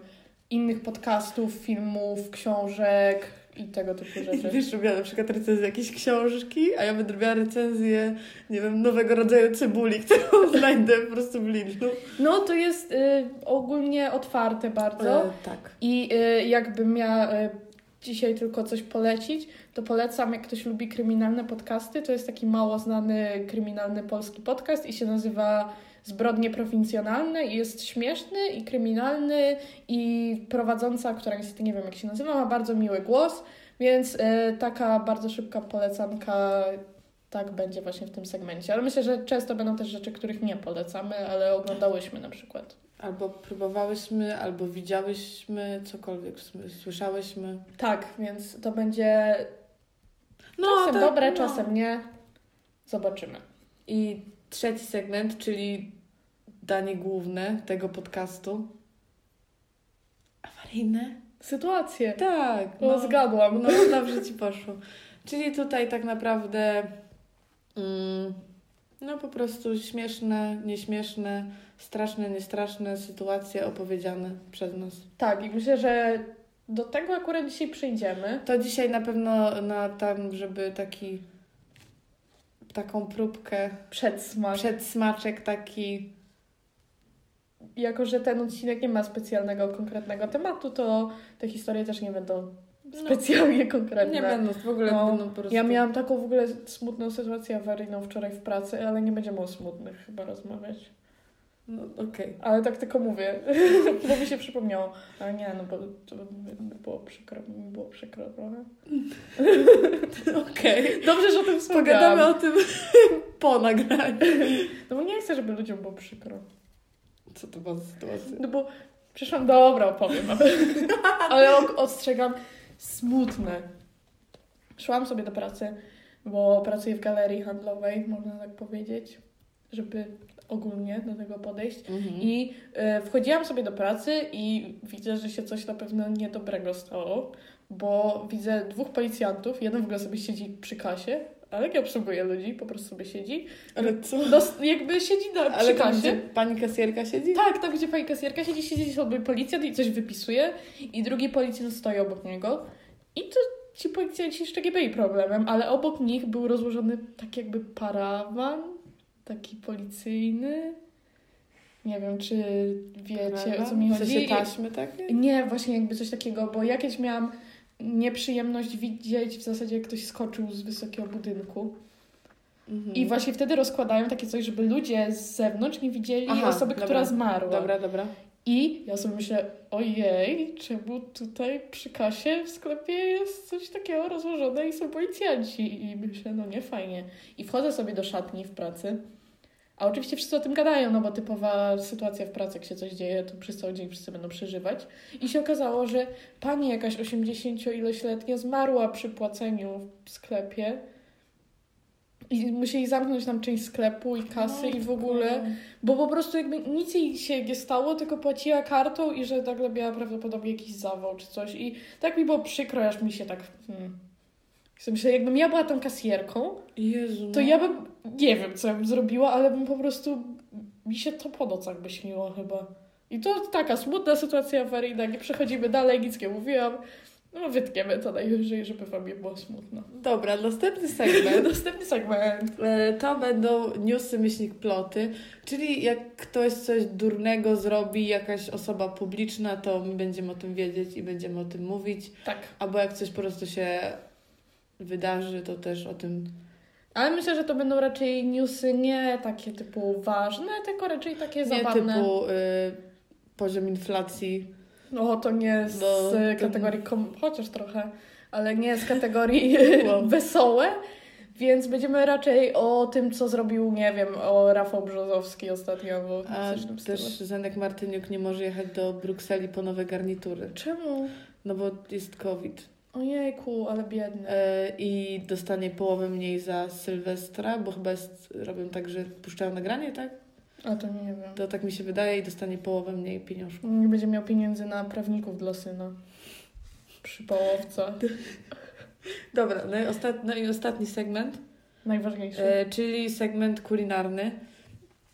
[SPEAKER 1] innych podcastów, filmów, książek i tego typu
[SPEAKER 2] I
[SPEAKER 1] rzeczy.
[SPEAKER 2] wiesz, robiła na przykład recenzję jakiejś książki, a ja będę robiła recenzję, nie wiem, nowego rodzaju cebuli, którą znajdę po prostu w Lidlu.
[SPEAKER 1] No, to jest y, ogólnie otwarte bardzo.
[SPEAKER 2] tak.
[SPEAKER 1] I y, jakbym miała y, dzisiaj tylko coś polecić, to polecam, jak ktoś lubi kryminalne podcasty, to jest taki mało znany kryminalny polski podcast i się nazywa Zbrodnie Prowincjonalne i jest śmieszny i kryminalny i prowadząca, która niestety nie wiem jak się nazywa, ma bardzo miły głos, więc y, taka bardzo szybka polecanka tak będzie właśnie w tym segmencie. Ale myślę, że często będą też rzeczy, których nie polecamy, ale oglądałyśmy na przykład.
[SPEAKER 2] Albo próbowałyśmy, albo widziałyśmy, cokolwiek smy- słyszałyśmy.
[SPEAKER 1] Tak, więc to będzie
[SPEAKER 2] No,
[SPEAKER 1] czasem
[SPEAKER 2] tak,
[SPEAKER 1] dobre,
[SPEAKER 2] no.
[SPEAKER 1] czasem nie. Zobaczymy.
[SPEAKER 2] I trzeci segment, czyli danie główne tego podcastu. Awaryjne?
[SPEAKER 1] Sytuację.
[SPEAKER 2] Tak.
[SPEAKER 1] No, zgadłam.
[SPEAKER 2] No, dobrze ci poszło. Czyli tutaj tak naprawdę mm, no po prostu śmieszne, nieśmieszne, straszne, niestraszne sytuacje opowiedziane przez nas.
[SPEAKER 1] Tak, i myślę, że do tego akurat dzisiaj przyjdziemy.
[SPEAKER 2] To dzisiaj na pewno na tam, żeby taki taką próbkę,
[SPEAKER 1] Przedsmak.
[SPEAKER 2] przedsmaczek taki
[SPEAKER 1] Jako, że ten odcinek nie ma specjalnego, konkretnego tematu, to te historie też nie będą specjalnie konkretne.
[SPEAKER 2] No. nie będą w ogóle
[SPEAKER 1] Tak, No,
[SPEAKER 2] będą po prostu.
[SPEAKER 1] Ja miałam taką w ogóle smutną sytuację awaryjną wczoraj w pracy, ale nie będziemy o smutnych chyba rozmawiać.
[SPEAKER 2] No, Okej.
[SPEAKER 1] Ale tak tylko mówię, bo mi się przypomniało. Ale nie, no bo to by by było przykro, mi było przykro trochę.
[SPEAKER 2] Okej.
[SPEAKER 1] Dobrze, że o tym
[SPEAKER 2] Pogadamy
[SPEAKER 1] wspomniałam.
[SPEAKER 2] o tym po nagraniu.
[SPEAKER 1] No bo nie chcę, żeby ludziom było przykro.
[SPEAKER 2] Co to była za sytuacja?
[SPEAKER 1] No bo przyszłam, dobra, opowiem. wam. Ale o- ostrzegam, smutne. Szłam sobie do pracy, bo pracuję w galerii handlowej, można tak powiedzieć, żeby ogólnie do tego podejść.
[SPEAKER 2] Mhm.
[SPEAKER 1] I e, wchodziłam sobie do pracy i widzę, że się coś na pewno niedobrego stało, bo widzę dwóch policjantów, jeden w ogóle sobie siedzi przy kasie, ale nie obsługuje ludzi, po prostu sobie siedzi.
[SPEAKER 2] Ale co?
[SPEAKER 1] Dos- jakby siedzi na, przy
[SPEAKER 2] Ale tam,
[SPEAKER 1] kasie.
[SPEAKER 2] gdzie pani kasjerka siedzi?
[SPEAKER 1] Tak, tam gdzie pani kasjerka siedzi, siedzi sobie policjant i coś wypisuje i drugi policjant stoi obok niego i to ci policjanci jeszcze nie byli problemem, ale obok nich był rozłożony tak jakby parawan, taki policyjny. Nie wiem, czy wiecie, o co mi
[SPEAKER 2] W sensie
[SPEAKER 1] chodzi.
[SPEAKER 2] taśmy, tak?
[SPEAKER 1] Nie, właśnie jakby coś takiego, bo ja kiedyś miałam nieprzyjemność widzieć w zasadzie, jak ktoś skoczył z wysokiego budynku.
[SPEAKER 2] Mhm.
[SPEAKER 1] I właśnie wtedy rozkładają takie coś, żeby ludzie z zewnątrz nie widzieli
[SPEAKER 2] Aha,
[SPEAKER 1] osoby,
[SPEAKER 2] dobra.
[SPEAKER 1] która zmarła.
[SPEAKER 2] Dobra, dobra.
[SPEAKER 1] I ja sobie myślę, ojej, czemu tutaj przy kasie w sklepie jest coś takiego rozłożone i są policjanci. I myślę, no nie fajnie. I wchodzę sobie do szatni w pracy. A oczywiście wszyscy o tym gadają, no bo typowa sytuacja w pracy, jak się coś dzieje, to przez cały dzień wszyscy będą przeżywać. I się okazało, że pani jakaś 80-ileśletnia zmarła przy płaceniu w sklepie. I musieli zamknąć nam część sklepu i kasy i w ogóle. Bo po prostu jakby nic jej się nie stało, tylko płaciła kartą i że nagle miała prawdopodobnie jakiś zawał czy coś. I tak mi było przykro, aż mi się tak... Hmm. Sobie Myślę, jakbym ja była tą kasjerką,
[SPEAKER 2] Jezu.
[SPEAKER 1] to
[SPEAKER 2] no.
[SPEAKER 1] ja bym... Nie wiem, co ja bym zrobiła, ale bym po prostu... Mi się to po nocach by śniło chyba. I to taka smutna sytuacja awaryjna, nie przechodzimy dalej, nic nie mówiłam. No wytniemy to najwyżej, żeby wam nie było smutno.
[SPEAKER 2] Dobra, następny segment.
[SPEAKER 1] Następny segment.
[SPEAKER 2] E, To będą newsy myślnik ploty, czyli jak ktoś coś durnego zrobi, jakaś osoba publiczna, to my będziemy o tym wiedzieć i będziemy o tym mówić.
[SPEAKER 1] Tak.
[SPEAKER 2] Albo jak coś po prostu się wydarzy, to też o tym.
[SPEAKER 1] Ale myślę, że to będą raczej newsy nie takie typu ważne, tylko raczej takie
[SPEAKER 2] Nie
[SPEAKER 1] zabawne.
[SPEAKER 2] typu y, poziom inflacji.
[SPEAKER 1] No to nie z
[SPEAKER 2] No,
[SPEAKER 1] e,
[SPEAKER 2] to-
[SPEAKER 1] kategorii, kom... chociaż trochę, ale nie z kategorii
[SPEAKER 2] Wow.
[SPEAKER 1] wesołe. Więc będziemy raczej o tym, co zrobił, nie wiem, o Rafał Brzozowski ostatnio, bo
[SPEAKER 2] A
[SPEAKER 1] coś w tym stylu.
[SPEAKER 2] też Zenek Martyniuk nie może jechać do Brukseli po nowe garnitury,
[SPEAKER 1] Czemu?
[SPEAKER 2] no bo jest COVID.
[SPEAKER 1] Ojejku, ale biedny.
[SPEAKER 2] E, I dostanie połowę mniej za Sylwestra, bo chyba jest, robią tak, że puszczają nagranie, tak?
[SPEAKER 1] A to nie wiem.
[SPEAKER 2] To tak mi się wydaje i dostanie połowę mniej pieniążków.
[SPEAKER 1] Nie będzie miał pieniędzy na prawników dla syna. Przy połowce.
[SPEAKER 2] Dobra, no i, ostat... no i ostatni segment,
[SPEAKER 1] Najważniejsze.
[SPEAKER 2] e, czyli segment kulinarny.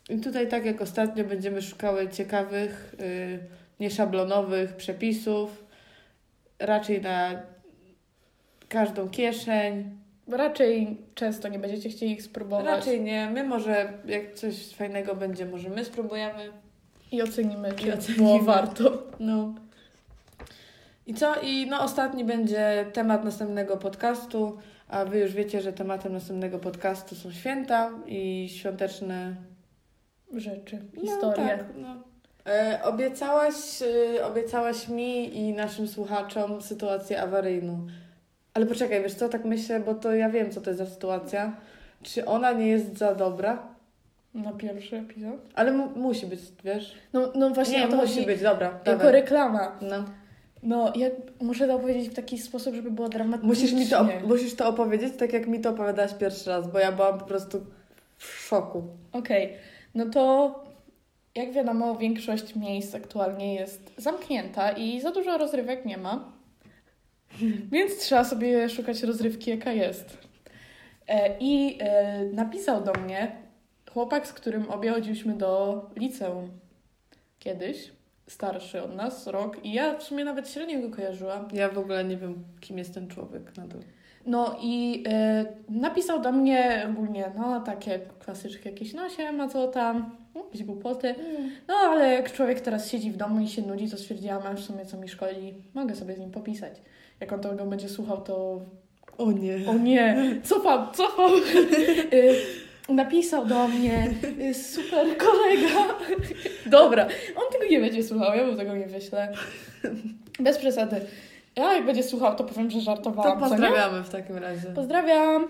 [SPEAKER 2] I tutaj tak jak ostatnio będziemy szukały ciekawych, y, nieszablonowych przepisów, raczej na każdą kieszeń.
[SPEAKER 1] Raczej często nie będziecie chcieli ich spróbować.
[SPEAKER 2] Raczej nie, my może jak coś fajnego będzie, może my spróbujemy.
[SPEAKER 1] I ocenimy, czy
[SPEAKER 2] I ocenimy.
[SPEAKER 1] było warto.
[SPEAKER 2] No. I co? I no ostatni będzie temat następnego podcastu, a wy już wiecie, że tematem następnego podcastu są święta i świąteczne
[SPEAKER 1] Rzeczy,
[SPEAKER 2] no,
[SPEAKER 1] historie.
[SPEAKER 2] tak, no. E, obiecałaś, e, obiecałaś mi i naszym słuchaczom sytuację awaryjną. Ale poczekaj, wiesz co, tak myślę, bo to ja wiem, co to jest za sytuacja. Czy ona nie jest za dobra?
[SPEAKER 1] Na pierwszy epizod.
[SPEAKER 2] Ale mu- musi być, wiesz?
[SPEAKER 1] No, no właśnie
[SPEAKER 2] nie,
[SPEAKER 1] o to
[SPEAKER 2] musi
[SPEAKER 1] chodzi.
[SPEAKER 2] być, dobra.
[SPEAKER 1] Jako
[SPEAKER 2] dawaj.
[SPEAKER 1] reklama.
[SPEAKER 2] No.
[SPEAKER 1] No, ja muszę to opowiedzieć w taki sposób, żeby było dramatycznie.
[SPEAKER 2] Musisz mi to, op- musisz to opowiedzieć tak, jak mi to opowiadałaś pierwszy raz, bo ja byłam po prostu w szoku.
[SPEAKER 1] Okej, no to jak wiadomo, większość miejsc aktualnie jest zamknięta i za dużo rozrywek nie ma. Więc trzeba sobie szukać rozrywki, jaka jest. E, I e, napisał do mnie chłopak, z którym obie chodziłyśmy do liceum kiedyś, starszy od nas, rok, i ja w sumie nawet średnio go kojarzyłam.
[SPEAKER 2] Ja w ogóle nie wiem, kim jest ten człowiek nadal.
[SPEAKER 1] No i e, napisał do mnie ogólnie, no takie klasyczki jakieś, no siema, co tam, no, jakieś głupoty. No ale jak człowiek teraz siedzi w domu i się nudzi, to stwierdziłam, a w sumie co mi szkodzi, mogę sobie z nim popisać. Jak on tego będzie słuchał, to
[SPEAKER 2] O nie.
[SPEAKER 1] o nie, cofam, cofam. Y, napisał do mnie, y, super kolega. Dobra, on tego nie będzie słuchał, ja mu tego nie wyślę. Bez przesady. Ja jak będzie słuchał, to powiem, że
[SPEAKER 2] To
[SPEAKER 1] żartowałam. co nie?
[SPEAKER 2] pozdrawiamy w takim razie.
[SPEAKER 1] Pozdrawiam.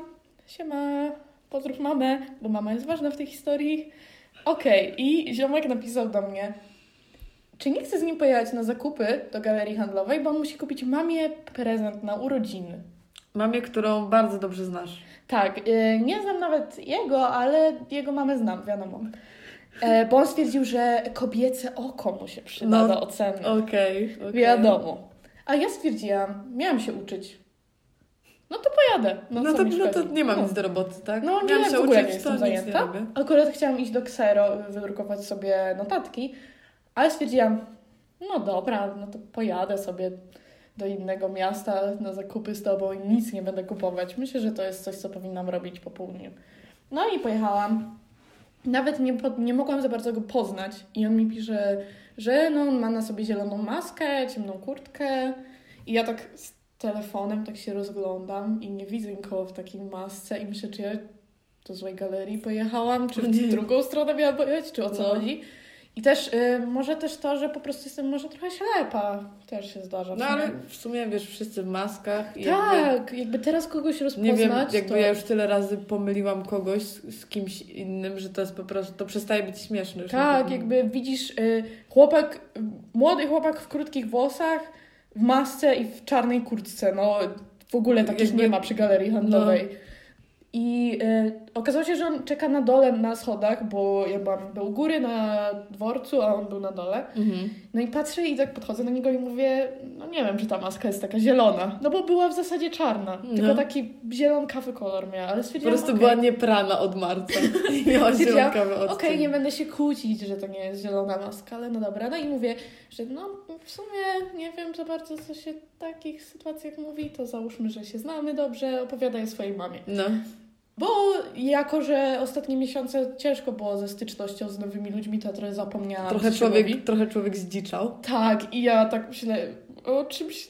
[SPEAKER 1] Siema. Pozdrów mamę, bo mama jest ważna w tej historii. Okej, i ziomek napisał do mnie. Czy nie chce z nim pojechać na zakupy do galerii handlowej, bo on musi kupić mamie prezent na urodziny.
[SPEAKER 2] Mamie, którą bardzo dobrze znasz.
[SPEAKER 1] Tak, y, nie znam nawet jego, ale jego mamę znam, wiadomo. E, Bo on stwierdził, że kobiece oko mu się przyda
[SPEAKER 2] No,
[SPEAKER 1] do oceny.
[SPEAKER 2] Okej. okej.
[SPEAKER 1] Wiadomo. A ja stwierdziłam, miałam się uczyć. No to pojadę.
[SPEAKER 2] No,
[SPEAKER 1] No, co
[SPEAKER 2] to,
[SPEAKER 1] mi
[SPEAKER 2] no to
[SPEAKER 1] szkodzi?
[SPEAKER 2] nie mam
[SPEAKER 1] No.
[SPEAKER 2] nic do roboty, tak?
[SPEAKER 1] No, nie,
[SPEAKER 2] Miałam
[SPEAKER 1] w
[SPEAKER 2] się
[SPEAKER 1] ogóle nie
[SPEAKER 2] uczyć,
[SPEAKER 1] jestem
[SPEAKER 2] to nic nie
[SPEAKER 1] zajęta. No,
[SPEAKER 2] robię.
[SPEAKER 1] Akurat chciałam iść do Xero, wydrukować sobie notatki, ale stwierdziłam, no dobra, no to pojadę sobie do innego miasta na zakupy z tobą i nic nie będę kupować. Myślę, że to jest coś, co powinnam robić po południu. No i pojechałam. Nawet nie, po, nie mogłam za bardzo go poznać i on mi pisze, że no, on ma na sobie zieloną maskę, ciemną kurtkę i ja tak z telefonem tak się rozglądam i nie widzę nikogo w takiej masce i myślę, czy ja do złej galerii pojechałam, czy
[SPEAKER 2] O nie.
[SPEAKER 1] w drugą stronę miałam pojechać, czy o co
[SPEAKER 2] No.
[SPEAKER 1] chodzi. I też y, może też to, że po prostu jestem może trochę ślepa, też się zdarza.
[SPEAKER 2] No
[SPEAKER 1] w sumie.
[SPEAKER 2] ale w sumie wiesz, wszyscy w maskach i jakby,
[SPEAKER 1] Tak, jakby teraz kogoś
[SPEAKER 2] nie
[SPEAKER 1] rozpoznać,
[SPEAKER 2] wiem, jakby
[SPEAKER 1] to...
[SPEAKER 2] ja już tyle razy pomyliłam kogoś z, z kimś innym, że to jest po prostu, to przestaje być śmieszne. już
[SPEAKER 1] Tak,
[SPEAKER 2] nie-
[SPEAKER 1] jakby widzisz y, chłopak, y, młody chłopak w krótkich włosach, w masce i w czarnej kurtce. No w ogóle takich
[SPEAKER 2] Jakby- no.
[SPEAKER 1] nie ma przy galerii handlowej. I y, okazało się, że on czeka na dole na schodach, bo ja byłam był u góry na dworcu, a on był na dole.
[SPEAKER 2] Mhm.
[SPEAKER 1] No i patrzę i tak podchodzę do niego i mówię, no nie wiem, czy ta maska jest taka zielona. No bo była w zasadzie czarna,
[SPEAKER 2] No.
[SPEAKER 1] tylko taki zielonkawy kolor miała, ale
[SPEAKER 2] Po
[SPEAKER 1] stwierdziłam,
[SPEAKER 2] prostu
[SPEAKER 1] okej.
[SPEAKER 2] była nieprana od marca. I miała
[SPEAKER 1] Stwierdziłam,
[SPEAKER 2] zielonkawy odcień.
[SPEAKER 1] Okej, nie będę się kłócić, że to nie jest zielona maska, ale no dobra. No i mówię, że no w sumie nie wiem za bardzo, co się w takich sytuacjach mówi, to załóżmy, że się znamy dobrze, opowiadaj o swojej mamie.
[SPEAKER 2] No,
[SPEAKER 1] Bo jako, że ostatnie miesiące ciężko było ze stycznością z nowymi ludźmi, to trochę zapomniałam.
[SPEAKER 2] trochę
[SPEAKER 1] co się mówi.
[SPEAKER 2] człowiek, trochę człowiek zdziczał.
[SPEAKER 1] Tak, i ja tak myślę, o czymś,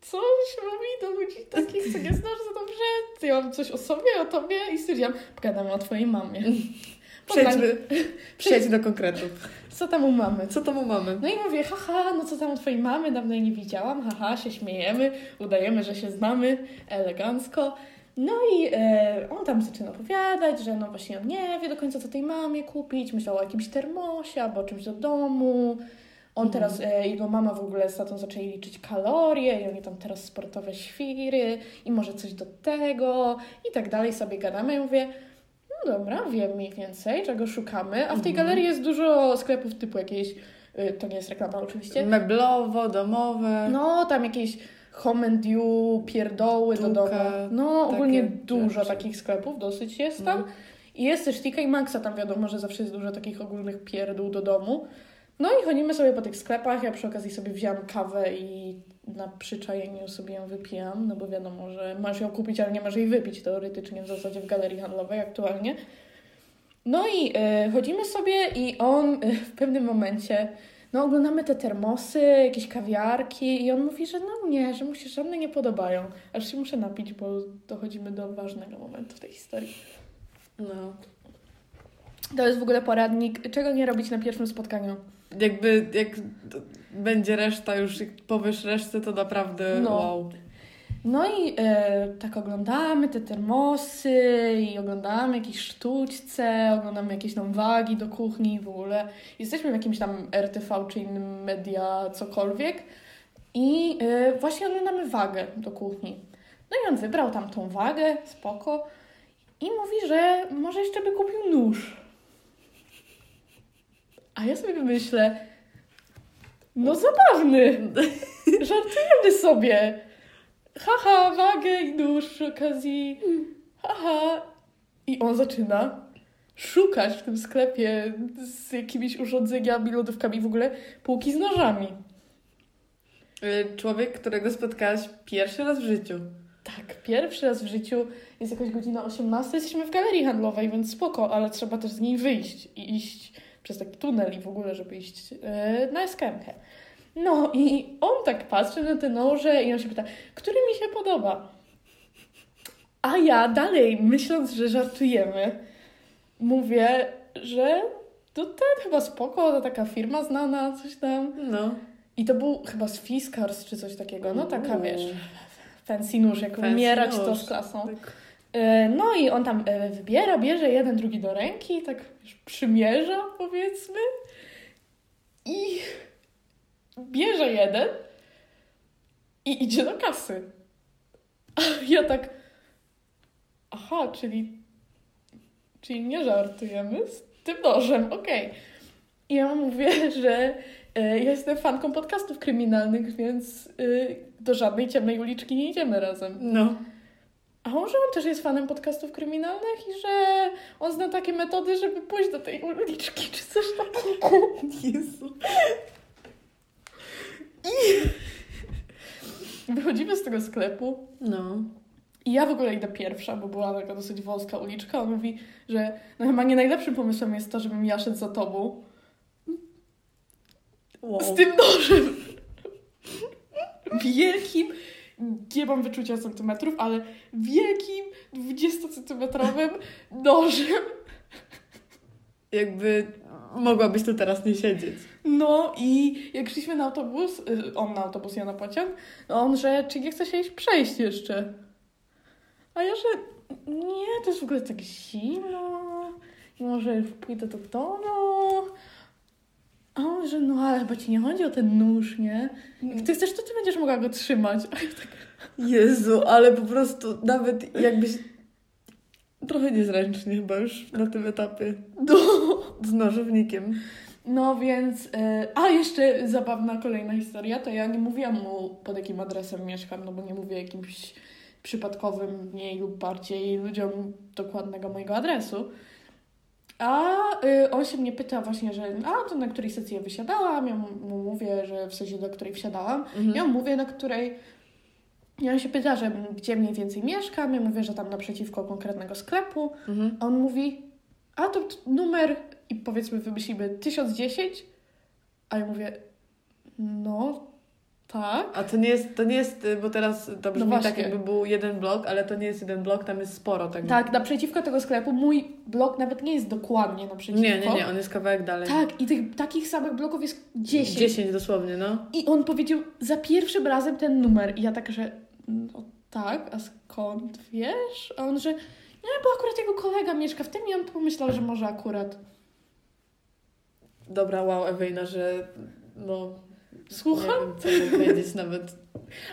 [SPEAKER 1] co się mówi do ludzi takich, co nie znasz za dobrze. Ty ja mam coś o sobie, o tobie i stwierdziłam, pogadamy o twojej mamie.
[SPEAKER 2] Przejdźmy, przejdź do konkretów.
[SPEAKER 1] Co tam u mamy?
[SPEAKER 2] Co tam mamy?
[SPEAKER 1] No i mówię, haha, no co tam u twojej mamy, dawno jej nie widziałam, haha, się śmiejemy, udajemy, że się znamy, elegancko. No i e, on tam zaczyna opowiadać, że no właśnie on nie wie do końca, co tej mamie kupić, myślał o jakimś termosie albo o czymś do domu. On
[SPEAKER 2] Mhm.
[SPEAKER 1] teraz, e, jego mama w ogóle z tatą zaczęli liczyć kalorie i oni tam teraz sportowe świry i może coś do tego i tak dalej sobie gadamy. Ja mówię, no dobra, wiem mniej więcej, czego szukamy, a w tej
[SPEAKER 2] Mhm.
[SPEAKER 1] galerii jest dużo sklepów typu jakieś Y, To nie jest reklama
[SPEAKER 2] No.
[SPEAKER 1] oczywiście.
[SPEAKER 2] Meblowo, domowe.
[SPEAKER 1] No, tam jakieś home and you, pierdoły do domu.
[SPEAKER 2] Tuka,
[SPEAKER 1] No,
[SPEAKER 2] takie
[SPEAKER 1] ogólnie dużo
[SPEAKER 2] rzeczy.
[SPEAKER 1] takich sklepów dosyć jest tam. I jest też TK Maxa, tam wiadomo, że zawsze jest dużo takich ogólnych pierdół do domu. No i chodzimy sobie po tych sklepach, ja przy okazji sobie wzięłam kawę i na przyczajeniu sobie ją wypijam, no bo wiadomo, że masz ją kupić, ale nie masz jej wypić teoretycznie w zasadzie w galerii handlowej aktualnie. No i e, chodzimy sobie i on e, w pewnym momencie, no oglądamy te termosy, jakieś kawiarki i on mówi, że no nie, że mu się żadne nie podobają. Aż się muszę napić, bo dochodzimy do ważnego momentu w tej historii.
[SPEAKER 2] No.
[SPEAKER 1] To jest w ogóle poradnik, czego nie robić na pierwszym spotkaniu.
[SPEAKER 2] Jakby, jak d- będzie reszta, już jak powiesz resztę, to naprawdę
[SPEAKER 1] No.
[SPEAKER 2] wow.
[SPEAKER 1] No i e, tak oglądamy te termosy i oglądamy jakieś sztućce, oglądamy jakieś tam wagi do kuchni w ogóle. Jesteśmy w jakimś tam RTV czy innym media, cokolwiek. I e, właśnie oglądamy wagę do kuchni. No i on wybrał tam tą wagę, spoko. I mówi, że może jeszcze by kupił nóż. A ja sobie myślę, no zabawny. Żartujemy sobie. Haha, wagę i nóż przy okazji. Haha. I on zaczyna szukać w tym sklepie z jakimiś urządzeniami, lodówkami, w ogóle półki z nożami.
[SPEAKER 2] Y, Człowiek, którego spotkałaś pierwszy raz w życiu.
[SPEAKER 1] Tak, pierwszy raz w życiu jest jakoś godzina 18, jesteśmy w galerii handlowej, więc spoko, ale trzeba też z niej wyjść i iść przez taki tunel i w ogóle, żeby iść e, na SKMK. No i on tak patrzy na te noże i on się pyta, który mi się podoba? A ja dalej, myśląc, że żartujemy, mówię, że to ten chyba spoko, to taka firma znana, coś tam.
[SPEAKER 2] No.
[SPEAKER 1] I to był chyba z Fiskars czy coś takiego, no taka
[SPEAKER 2] Uuu.
[SPEAKER 1] wiesz, fancy nóż, jak
[SPEAKER 2] Fancy
[SPEAKER 1] umierać to
[SPEAKER 2] nóż.
[SPEAKER 1] z klasą.
[SPEAKER 2] Tak.
[SPEAKER 1] E, No i on tam e, wybiera, bierze jeden, drugi do ręki, tak już przymierza powiedzmy i bierze jeden i idzie do kasy. A ja tak, aha, czyli, czyli nie żartujemy z tym nożem, okej. I ja mu mówię, że e, ja jestem fanką podcastów kryminalnych, więc e, do żadnej ciemnej uliczki nie idziemy razem.
[SPEAKER 2] No.
[SPEAKER 1] A może on też jest fanem podcastów kryminalnych i że on zna takie metody, żeby pójść do tej uliczki czy coś takiego.
[SPEAKER 2] Jezu.
[SPEAKER 1] Wychodzimy z tego sklepu
[SPEAKER 2] No.
[SPEAKER 1] i ja w ogóle idę pierwsza, bo była taka dosyć wąska uliczka. On mówi, że no chyba nie najlepszym pomysłem jest to, żebym ja szedł za tobą
[SPEAKER 2] Wow.
[SPEAKER 1] z tym nożem. Wielkim, nie mam wyczucia centymetrów, ale wielkim 20-centymetrowym nożem
[SPEAKER 2] Jakby mogłabyś tu teraz nie siedzieć.
[SPEAKER 1] No i jak szliśmy na autobus, y, on na autobus, ja na pociąg, no on, że czy nie chce się iść przejść jeszcze? A ja, że nie, to jest w ogóle tak zimno i może już pójdę do domu. A on, że no ale chyba ci nie chodzi o ten nóż, nie? Jak ty chcesz, to ty będziesz mogła go trzymać. A ja tak,
[SPEAKER 2] Jezu, ale po prostu nawet jakbyś... Trochę niezręcznie chyba już na tym etapie.
[SPEAKER 1] no.
[SPEAKER 2] Z nożownikiem.
[SPEAKER 1] No więc, y, a jeszcze zabawna kolejna historia, to ja nie mówiłam mu pod jakim adresem mieszkam, no bo nie mówię jakimś przypadkowym mniej lub bardziej ludziom dokładnego mojego adresu. A y, on się mnie pyta właśnie, że a to na której stacji ja wysiadałam, ja mu mówię, że w sensie do której wsiadałam, ja
[SPEAKER 2] Mhm.
[SPEAKER 1] mu mówię, na której. I on się pyta, że gdzie mniej więcej mieszkam, ja mówię, że tam naprzeciwko konkretnego sklepu.
[SPEAKER 2] Mhm.
[SPEAKER 1] A on mówi, a to t- numer i powiedzmy wymyślimy 1010? A ja mówię, no tak.
[SPEAKER 2] A to nie jest, to nie jest, y, bo teraz to brzmi tak
[SPEAKER 1] No właśnie.
[SPEAKER 2] jakby był jeden blok, ale to nie jest jeden blok, tam jest sporo tak.
[SPEAKER 1] Tak, naprzeciwko tego sklepu mój blok nawet nie jest dokładnie naprzeciwko.
[SPEAKER 2] Nie, nie, nie, on jest kawałek dalej.
[SPEAKER 1] Tak, i tych takich samych bloków jest 10.
[SPEAKER 2] 10 dosłownie, no.
[SPEAKER 1] I on powiedział za pierwszym razem ten numer. I ja tak, że no tak, a skąd wiesz? A on, że nie, bo akurat jego kolega mieszka w tym i on pomyślał, że może akurat.
[SPEAKER 2] Dobra, wow, Ewejna, że no...
[SPEAKER 1] Słucham?
[SPEAKER 2] Nie wiem, co tu powiedzieć nawet.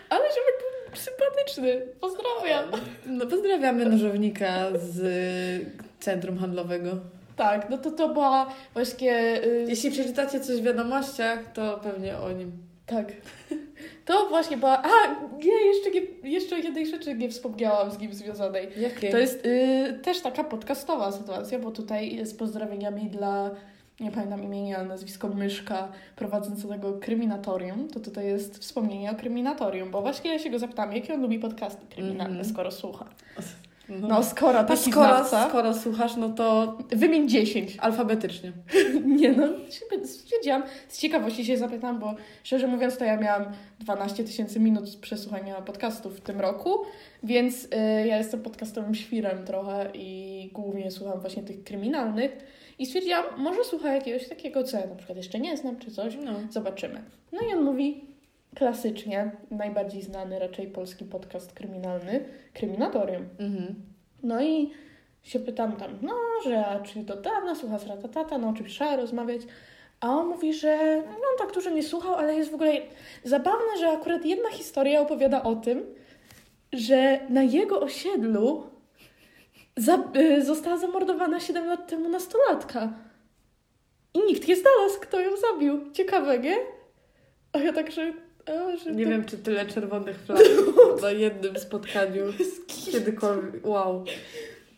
[SPEAKER 1] Ale że był sympatyczny. Pozdrawiam.
[SPEAKER 2] No, pozdrawiamy
[SPEAKER 1] Tak.
[SPEAKER 2] nożownika z y, centrum handlowego.
[SPEAKER 1] Tak, no to to była właśnie. y,
[SPEAKER 2] Jeśli przeczytacie coś w wiadomościach, to pewnie o nim.
[SPEAKER 1] tak. To właśnie była. A, nie, jeszcze, nie, jeszcze o jednej rzeczy nie wspomniałam z nim związanej.
[SPEAKER 2] Jakie?
[SPEAKER 1] To jest y, też taka podcastowa sytuacja, bo tutaj z pozdrowieniami dla. Nie pamiętam imienia, ale nazwisko Myszka, prowadzącego kryminatorium, to tutaj jest wspomnienie o kryminatorium, bo właśnie ja się go zapytam, jakie on lubi podcasty kryminalne,
[SPEAKER 2] Mhm.
[SPEAKER 1] skoro słucha.
[SPEAKER 2] No,
[SPEAKER 1] No, skoro,
[SPEAKER 2] A
[SPEAKER 1] taki
[SPEAKER 2] skoro,
[SPEAKER 1] znawca.
[SPEAKER 2] skoro słuchasz, no to
[SPEAKER 1] Wymień 10.
[SPEAKER 2] alfabetycznie.
[SPEAKER 1] Nie no, się- stwierdziłam, z ciekawości się zapytam, bo szczerze mówiąc to ja miałam 12 tysięcy minut przesłuchania podcastów w tym roku, więc y, ja jestem podcastowym świrem trochę i głównie słucham właśnie tych kryminalnych i stwierdziłam, może słucha jakiegoś takiego, co ja na przykład jeszcze nie znam czy coś,
[SPEAKER 2] No.
[SPEAKER 1] zobaczymy. No i on mówi klasycznie, najbardziej znany raczej polski podcast kryminalny, Kryminatorium.
[SPEAKER 2] Mhm.
[SPEAKER 1] No i się pytam tam, no, że a czy do dawna słuchasz ratatata, no oczywiście trzeba rozmawiać. A on mówi, że no on tak dużo nie słuchał, ale jest w ogóle zabawne, że akurat jedna historia opowiada o tym, że na jego osiedlu za, y, została zamordowana 7 lat temu nastolatka. I nikt nie znalazł, kto ją zabił. Ciekawe, nie? A ja także... A, że
[SPEAKER 2] Nie
[SPEAKER 1] to-
[SPEAKER 2] wiem, czy tyle czerwonych flag na jednym spotkaniu kiedykolwiek. Wow.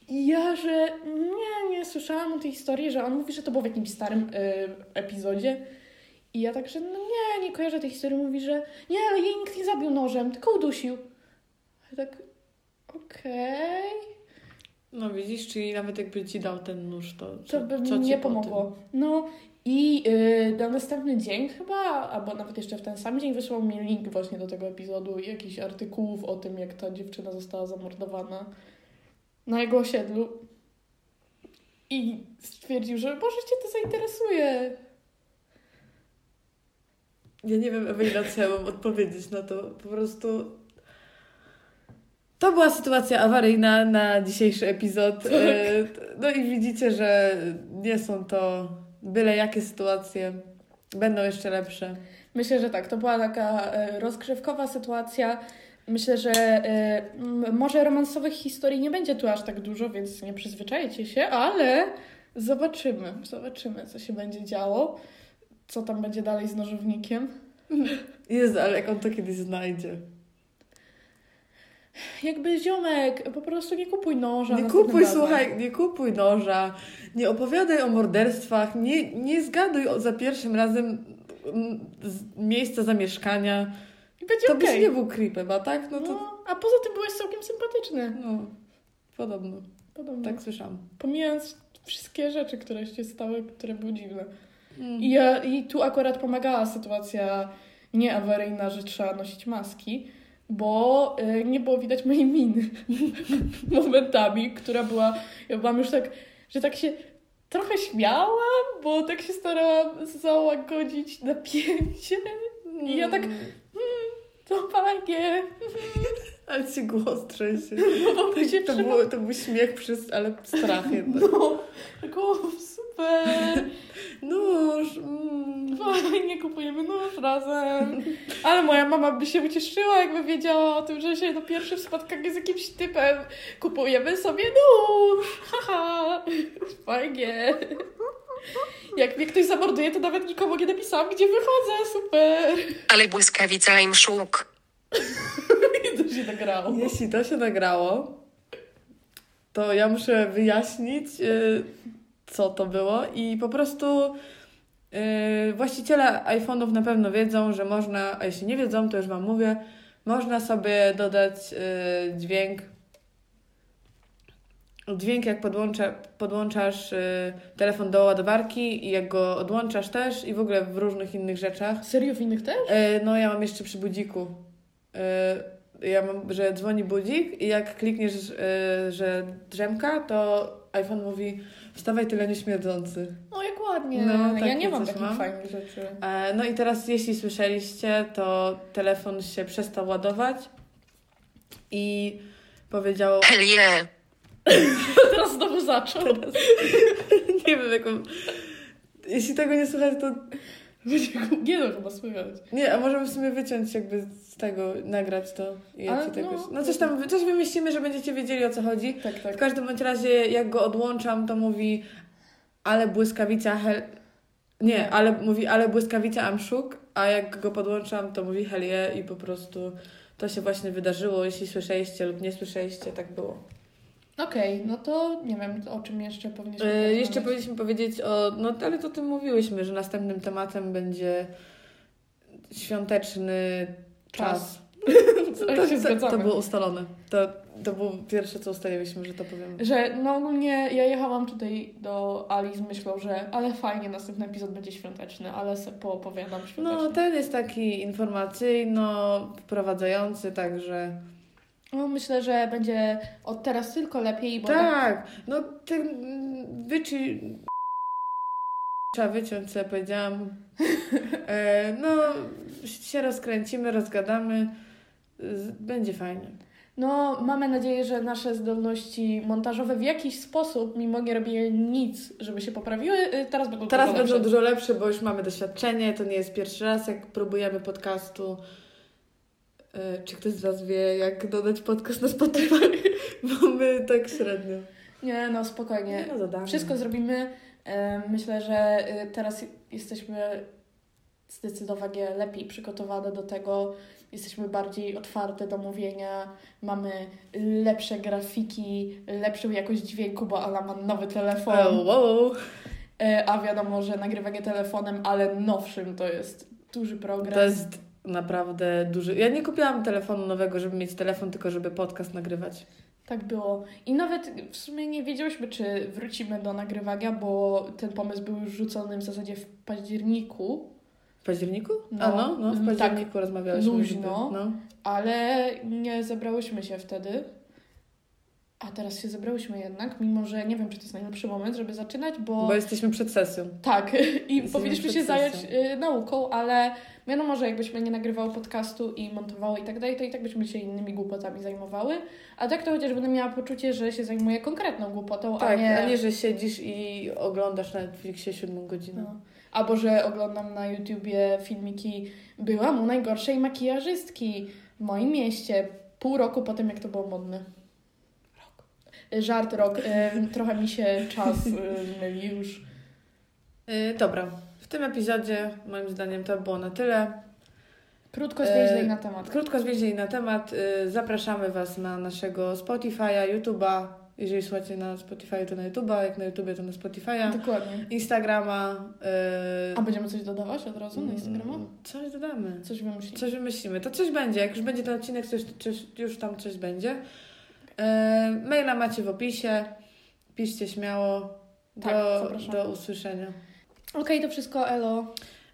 [SPEAKER 1] I ja, że nie, nie słyszałam o tej historii, że on mówi, że to było w jakimś starym y, epizodzie. I ja tak, że no nie, nie kojarzę tej historii. Mówi, że nie, ale jej nikt nie zabił nożem, tylko udusił. Ja tak, okej,
[SPEAKER 2] No widzisz, czyli nawet jakby ci dał ten nóż, to
[SPEAKER 1] to by mi
[SPEAKER 2] co ci
[SPEAKER 1] nie
[SPEAKER 2] po tym?
[SPEAKER 1] pomogło. No i y, na następny dzień chyba, albo nawet jeszcze w ten sam dzień wysłał mi link właśnie do tego epizodu i jakichś artykułów o tym, jak ta dziewczyna została zamordowana na jego osiedlu. I stwierdził, że może cię to zainteresuje.
[SPEAKER 2] Ja nie wiem, Ewa, ile chciałam odpowiedzieć na to. Po prostu. To była sytuacja awaryjna na dzisiejszy epizod.
[SPEAKER 1] Tak.
[SPEAKER 2] E, t- No i widzicie, że nie są to byle jakie sytuacje. Będą jeszcze lepsze.
[SPEAKER 1] Myślę, że tak. To była taka e, rozgrzewkowa sytuacja. Myślę, że e, m- może romansowych historii nie będzie tu aż tak dużo, więc nie przyzwyczajcie się, ale zobaczymy. Zobaczymy, co się będzie działo. Co tam będzie dalej z nożownikiem.
[SPEAKER 2] Jezu, ale jak on to kiedyś znajdzie.
[SPEAKER 1] Jakby ziomek, po prostu nie kupuj noża.
[SPEAKER 2] Nie
[SPEAKER 1] następnym
[SPEAKER 2] kupuj,
[SPEAKER 1] razem.
[SPEAKER 2] słuchaj, nie kupuj noża, nie opowiadaj o morderstwach, nie, nie zgaduj o- za pierwszym razem mm, z miejsca zamieszkania.
[SPEAKER 1] I będzie
[SPEAKER 2] To
[SPEAKER 1] okej.
[SPEAKER 2] byś nie był creepem, a tak? No
[SPEAKER 1] no,
[SPEAKER 2] to
[SPEAKER 1] A poza tym byłeś całkiem sympatyczny.
[SPEAKER 2] no, podobno.
[SPEAKER 1] Podobno.
[SPEAKER 2] Tak słyszałam.
[SPEAKER 1] Pomijając wszystkie rzeczy, które się stały, które były dziwne.
[SPEAKER 2] Mm.
[SPEAKER 1] I, ja, I tu akurat pomagała sytuacja nieawaryjna, że trzeba nosić maski, bo y, nie było widać mojej miny momentami, która była, ja byłam już tak, że tak się trochę śmiałam, bo tak się starałam załagodzić napięcie. I ja tak- To fajnie,
[SPEAKER 2] Ale ci głos trzęsie.
[SPEAKER 1] No bo mi się
[SPEAKER 2] To, było, to był śmiech przez, ale strach jednak.
[SPEAKER 1] No, tak, o, super,
[SPEAKER 2] Nóż, mm.
[SPEAKER 1] fajnie, No, kupujemy nóż razem. Ale moja mama by się ucieszyła, jakby wiedziała o tym, że się na pierwszych spotkaniu z jakimś typem kupujemy sobie nóż, haha, fajnie. Jak mnie ktoś zamorduje, to nawet nikomu nie napisałam, gdzie wychodzę, super.
[SPEAKER 3] Ale błyskawica im szuk.
[SPEAKER 1] I to się tak nagrało.
[SPEAKER 2] Jeśli to się nagrało, to ja muszę wyjaśnić, y, co to było. I po prostu y, właściciele iPhone'ów na pewno wiedzą, że można, a jeśli nie wiedzą, to już Wam mówię, można sobie dodać y, dźwięk. Dźwięk, jak podłącza, podłączasz y, telefon do ładowarki i jak go odłączasz też, i w ogóle w różnych innych rzeczach.
[SPEAKER 1] Serio w innych też?
[SPEAKER 2] E, No ja mam jeszcze przy budziku. E, Ja mam, że dzwoni budzik i jak klikniesz, e, że drzemka, to iPhone mówi wstawaj tyle nieśmierdzący.
[SPEAKER 1] O, jak ładnie.
[SPEAKER 2] No,
[SPEAKER 1] ja
[SPEAKER 2] takie
[SPEAKER 1] nie mam
[SPEAKER 2] coś
[SPEAKER 1] takich
[SPEAKER 2] mam.
[SPEAKER 1] fajnych rzeczy.
[SPEAKER 2] E, No i teraz jeśli słyszeliście, to telefon się przestał ładować i powiedział,
[SPEAKER 3] Hell yeah.
[SPEAKER 1] Teraz znowu zaczął.
[SPEAKER 2] nie wiem jaką... Jeśli tego nie słychać, to...
[SPEAKER 1] Nie no, chyba słychać.
[SPEAKER 2] Nie, a możemy w sumie wyciąć jakby z tego, nagrać to. I
[SPEAKER 1] Ale
[SPEAKER 2] jakie tego...
[SPEAKER 1] no.
[SPEAKER 2] no coś tam, coś wymyślimy, że będziecie wiedzieli o co chodzi.
[SPEAKER 1] Tak,
[SPEAKER 2] W
[SPEAKER 1] tak.
[SPEAKER 2] każdym bądź razie, jak go odłączam, to mówi, ale błyskawica hel... Nie, ale mówi, ale błyskawica amszuk, a jak go podłączam, to mówi hell yeah i po prostu to się właśnie wydarzyło. Jeśli słyszeliście lub nie słyszeliście, tak było.
[SPEAKER 1] Okej, no to nie wiem, o czym jeszcze powinniśmy
[SPEAKER 2] E,
[SPEAKER 1] porozmawiać.
[SPEAKER 2] jeszcze powinniśmy powiedzieć o... No ale to o tym mówiłyśmy, że następnym tematem będzie świąteczny czas.
[SPEAKER 1] Co,
[SPEAKER 2] To,
[SPEAKER 1] się
[SPEAKER 2] to,
[SPEAKER 1] zgadzamy.
[SPEAKER 2] to było ustalone. To, to było pierwsze, co ustaliłyśmy, że to powiemy.
[SPEAKER 1] Że no ogólnie ja jechałam tutaj do Ali z myślą, że ale fajnie, następny epizod będzie świąteczny, ale se poopowiadam świąteczny.
[SPEAKER 2] No,
[SPEAKER 1] No,
[SPEAKER 2] ten jest taki informacyjno-wprowadzający, także.
[SPEAKER 1] No, myślę, że będzie od teraz tylko lepiej, bo tak.
[SPEAKER 2] Tak, no ten mm, wyci. Trzeba wyciąć, co ja powiedziałam. E, no, się rozkręcimy, rozgadamy. Z- Będzie fajnie.
[SPEAKER 1] no mamy nadzieję, że nasze zdolności montażowe w jakiś sposób, mimo nie robienia nic, żeby się poprawiły, y, teraz będą
[SPEAKER 2] Teraz
[SPEAKER 1] dużo
[SPEAKER 2] będą
[SPEAKER 1] lepsze.
[SPEAKER 2] dużo lepsze, bo już mamy doświadczenie. To nie jest pierwszy raz, jak próbujemy podcastu. E, Czy ktoś z Was wie, jak dodać podcast na Spotify? Bo my tak średnio.
[SPEAKER 1] Nie, no spokojnie.
[SPEAKER 2] no, dodamy.
[SPEAKER 1] Wszystko zrobimy. E, Myślę, że e, teraz jesteśmy zdecydowanie lepiej przygotowane do tego. Jesteśmy bardziej otwarte do mówienia, mamy lepsze grafiki, lepszą jakość dźwięku, bo Ala ma nowy telefon.
[SPEAKER 2] Oh, wow.
[SPEAKER 1] E, A wiadomo, że nagrywanie telefonem, ale nowszym to jest duży progres.
[SPEAKER 2] To jest naprawdę duży. Ja nie kupiłam telefonu nowego, żeby mieć telefon, tylko żeby podcast nagrywać.
[SPEAKER 1] Tak było. I nawet w sumie nie wiedziałyśmy, czy wrócimy do nagrywania, bo ten pomysł był już rzucony w zasadzie w październiku.
[SPEAKER 2] W październiku?
[SPEAKER 1] No.
[SPEAKER 2] A no, no w
[SPEAKER 1] Mm,
[SPEAKER 2] październiku rozmawiałyśmy.
[SPEAKER 1] Luźno.
[SPEAKER 2] żeby- No.
[SPEAKER 1] Ale nie zebrałyśmy się wtedy. A teraz się zebrałyśmy jednak, mimo że nie wiem, czy to jest najlepszy moment, żeby zaczynać, bo...
[SPEAKER 2] Bo jesteśmy przed sesją.
[SPEAKER 1] Tak, i
[SPEAKER 2] Jesteśmy
[SPEAKER 1] powinniśmy się
[SPEAKER 2] przed
[SPEAKER 1] zająć
[SPEAKER 2] sesją.
[SPEAKER 1] y, nauką, ale wiadomo, że jakbyśmy nie nagrywały podcastu i montowały i tak dalej, to i tak byśmy się innymi głupotami zajmowały. A tak to chociaż będę miała poczucie, że się zajmuję konkretną głupotą,
[SPEAKER 2] Tak,
[SPEAKER 1] a nie...
[SPEAKER 2] że siedzisz i oglądasz na Netflixie siódmą godzinę.
[SPEAKER 1] No. Albo że oglądam na YouTubie filmiki Byłam u najgorszej makijażystki w moim mieście pół roku po tym, jak to było modne. Rok. Żart, rok. Ym, Trochę mi się czas ym, myli już.
[SPEAKER 2] Y, dobra, w tym epizodzie moim zdaniem to było na tyle.
[SPEAKER 1] E, Krótko zwięźlej
[SPEAKER 2] Yy,
[SPEAKER 1] na temat.
[SPEAKER 2] Krótko zwięźli na temat. Y, zapraszamy Was na naszego Spotify'a, YouTube'a. Jeżeli słuchacie na Spotify, to na YouTube'a, jak na YouTubie, to na
[SPEAKER 1] Tak.
[SPEAKER 2] Spotify'a.
[SPEAKER 1] Dokładnie.
[SPEAKER 2] Instagrama. y,
[SPEAKER 1] A będziemy coś dodawać od razu na Instagrama?
[SPEAKER 2] Coś dodamy.
[SPEAKER 1] Coś wymyślić.
[SPEAKER 2] Coś wymyślimy. To coś będzie. Jak już będzie ten odcinek, to już, coś, już tam coś będzie. E, maila macie w opisie. Piszcie śmiało. Do,
[SPEAKER 1] Tak, zapraszamy.
[SPEAKER 2] do usłyszenia.
[SPEAKER 1] Okej, to wszystko, elo.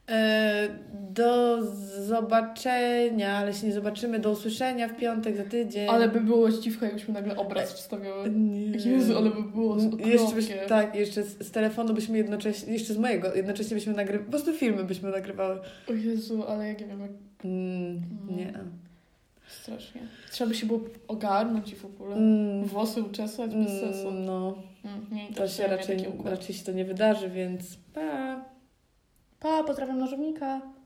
[SPEAKER 2] E, do zobaczenia, ale się nie zobaczymy. Do usłyszenia w piątek za tydzień. E,
[SPEAKER 1] Ale by było dziwko, jakbyśmy nagle obraz wstawiały.
[SPEAKER 2] Nie.
[SPEAKER 1] Jezu, ale by było z
[SPEAKER 2] Jeszcze byśmy,
[SPEAKER 1] okropnie.
[SPEAKER 2] tak, jeszcze z, z telefonu byśmy jednocześnie, jeszcze z mojego, jednocześnie byśmy nagrywały, po prostu filmy byśmy nagrywały.
[SPEAKER 1] O Jezu, ale jak ja wiem, jak
[SPEAKER 2] Mm,
[SPEAKER 1] No.
[SPEAKER 2] nie.
[SPEAKER 1] strasznie. Trzeba by się było ogarnąć i w ogóle.
[SPEAKER 2] Mm,
[SPEAKER 1] Włosy uczesać bez sensu.
[SPEAKER 2] mm, no.
[SPEAKER 1] Mm, nie
[SPEAKER 2] To się
[SPEAKER 1] interesuje mnie
[SPEAKER 2] raczej,
[SPEAKER 1] taki układ.
[SPEAKER 2] raczej się to nie wydarzy, więc pa!
[SPEAKER 1] Pa, pozdrawiam nożownika.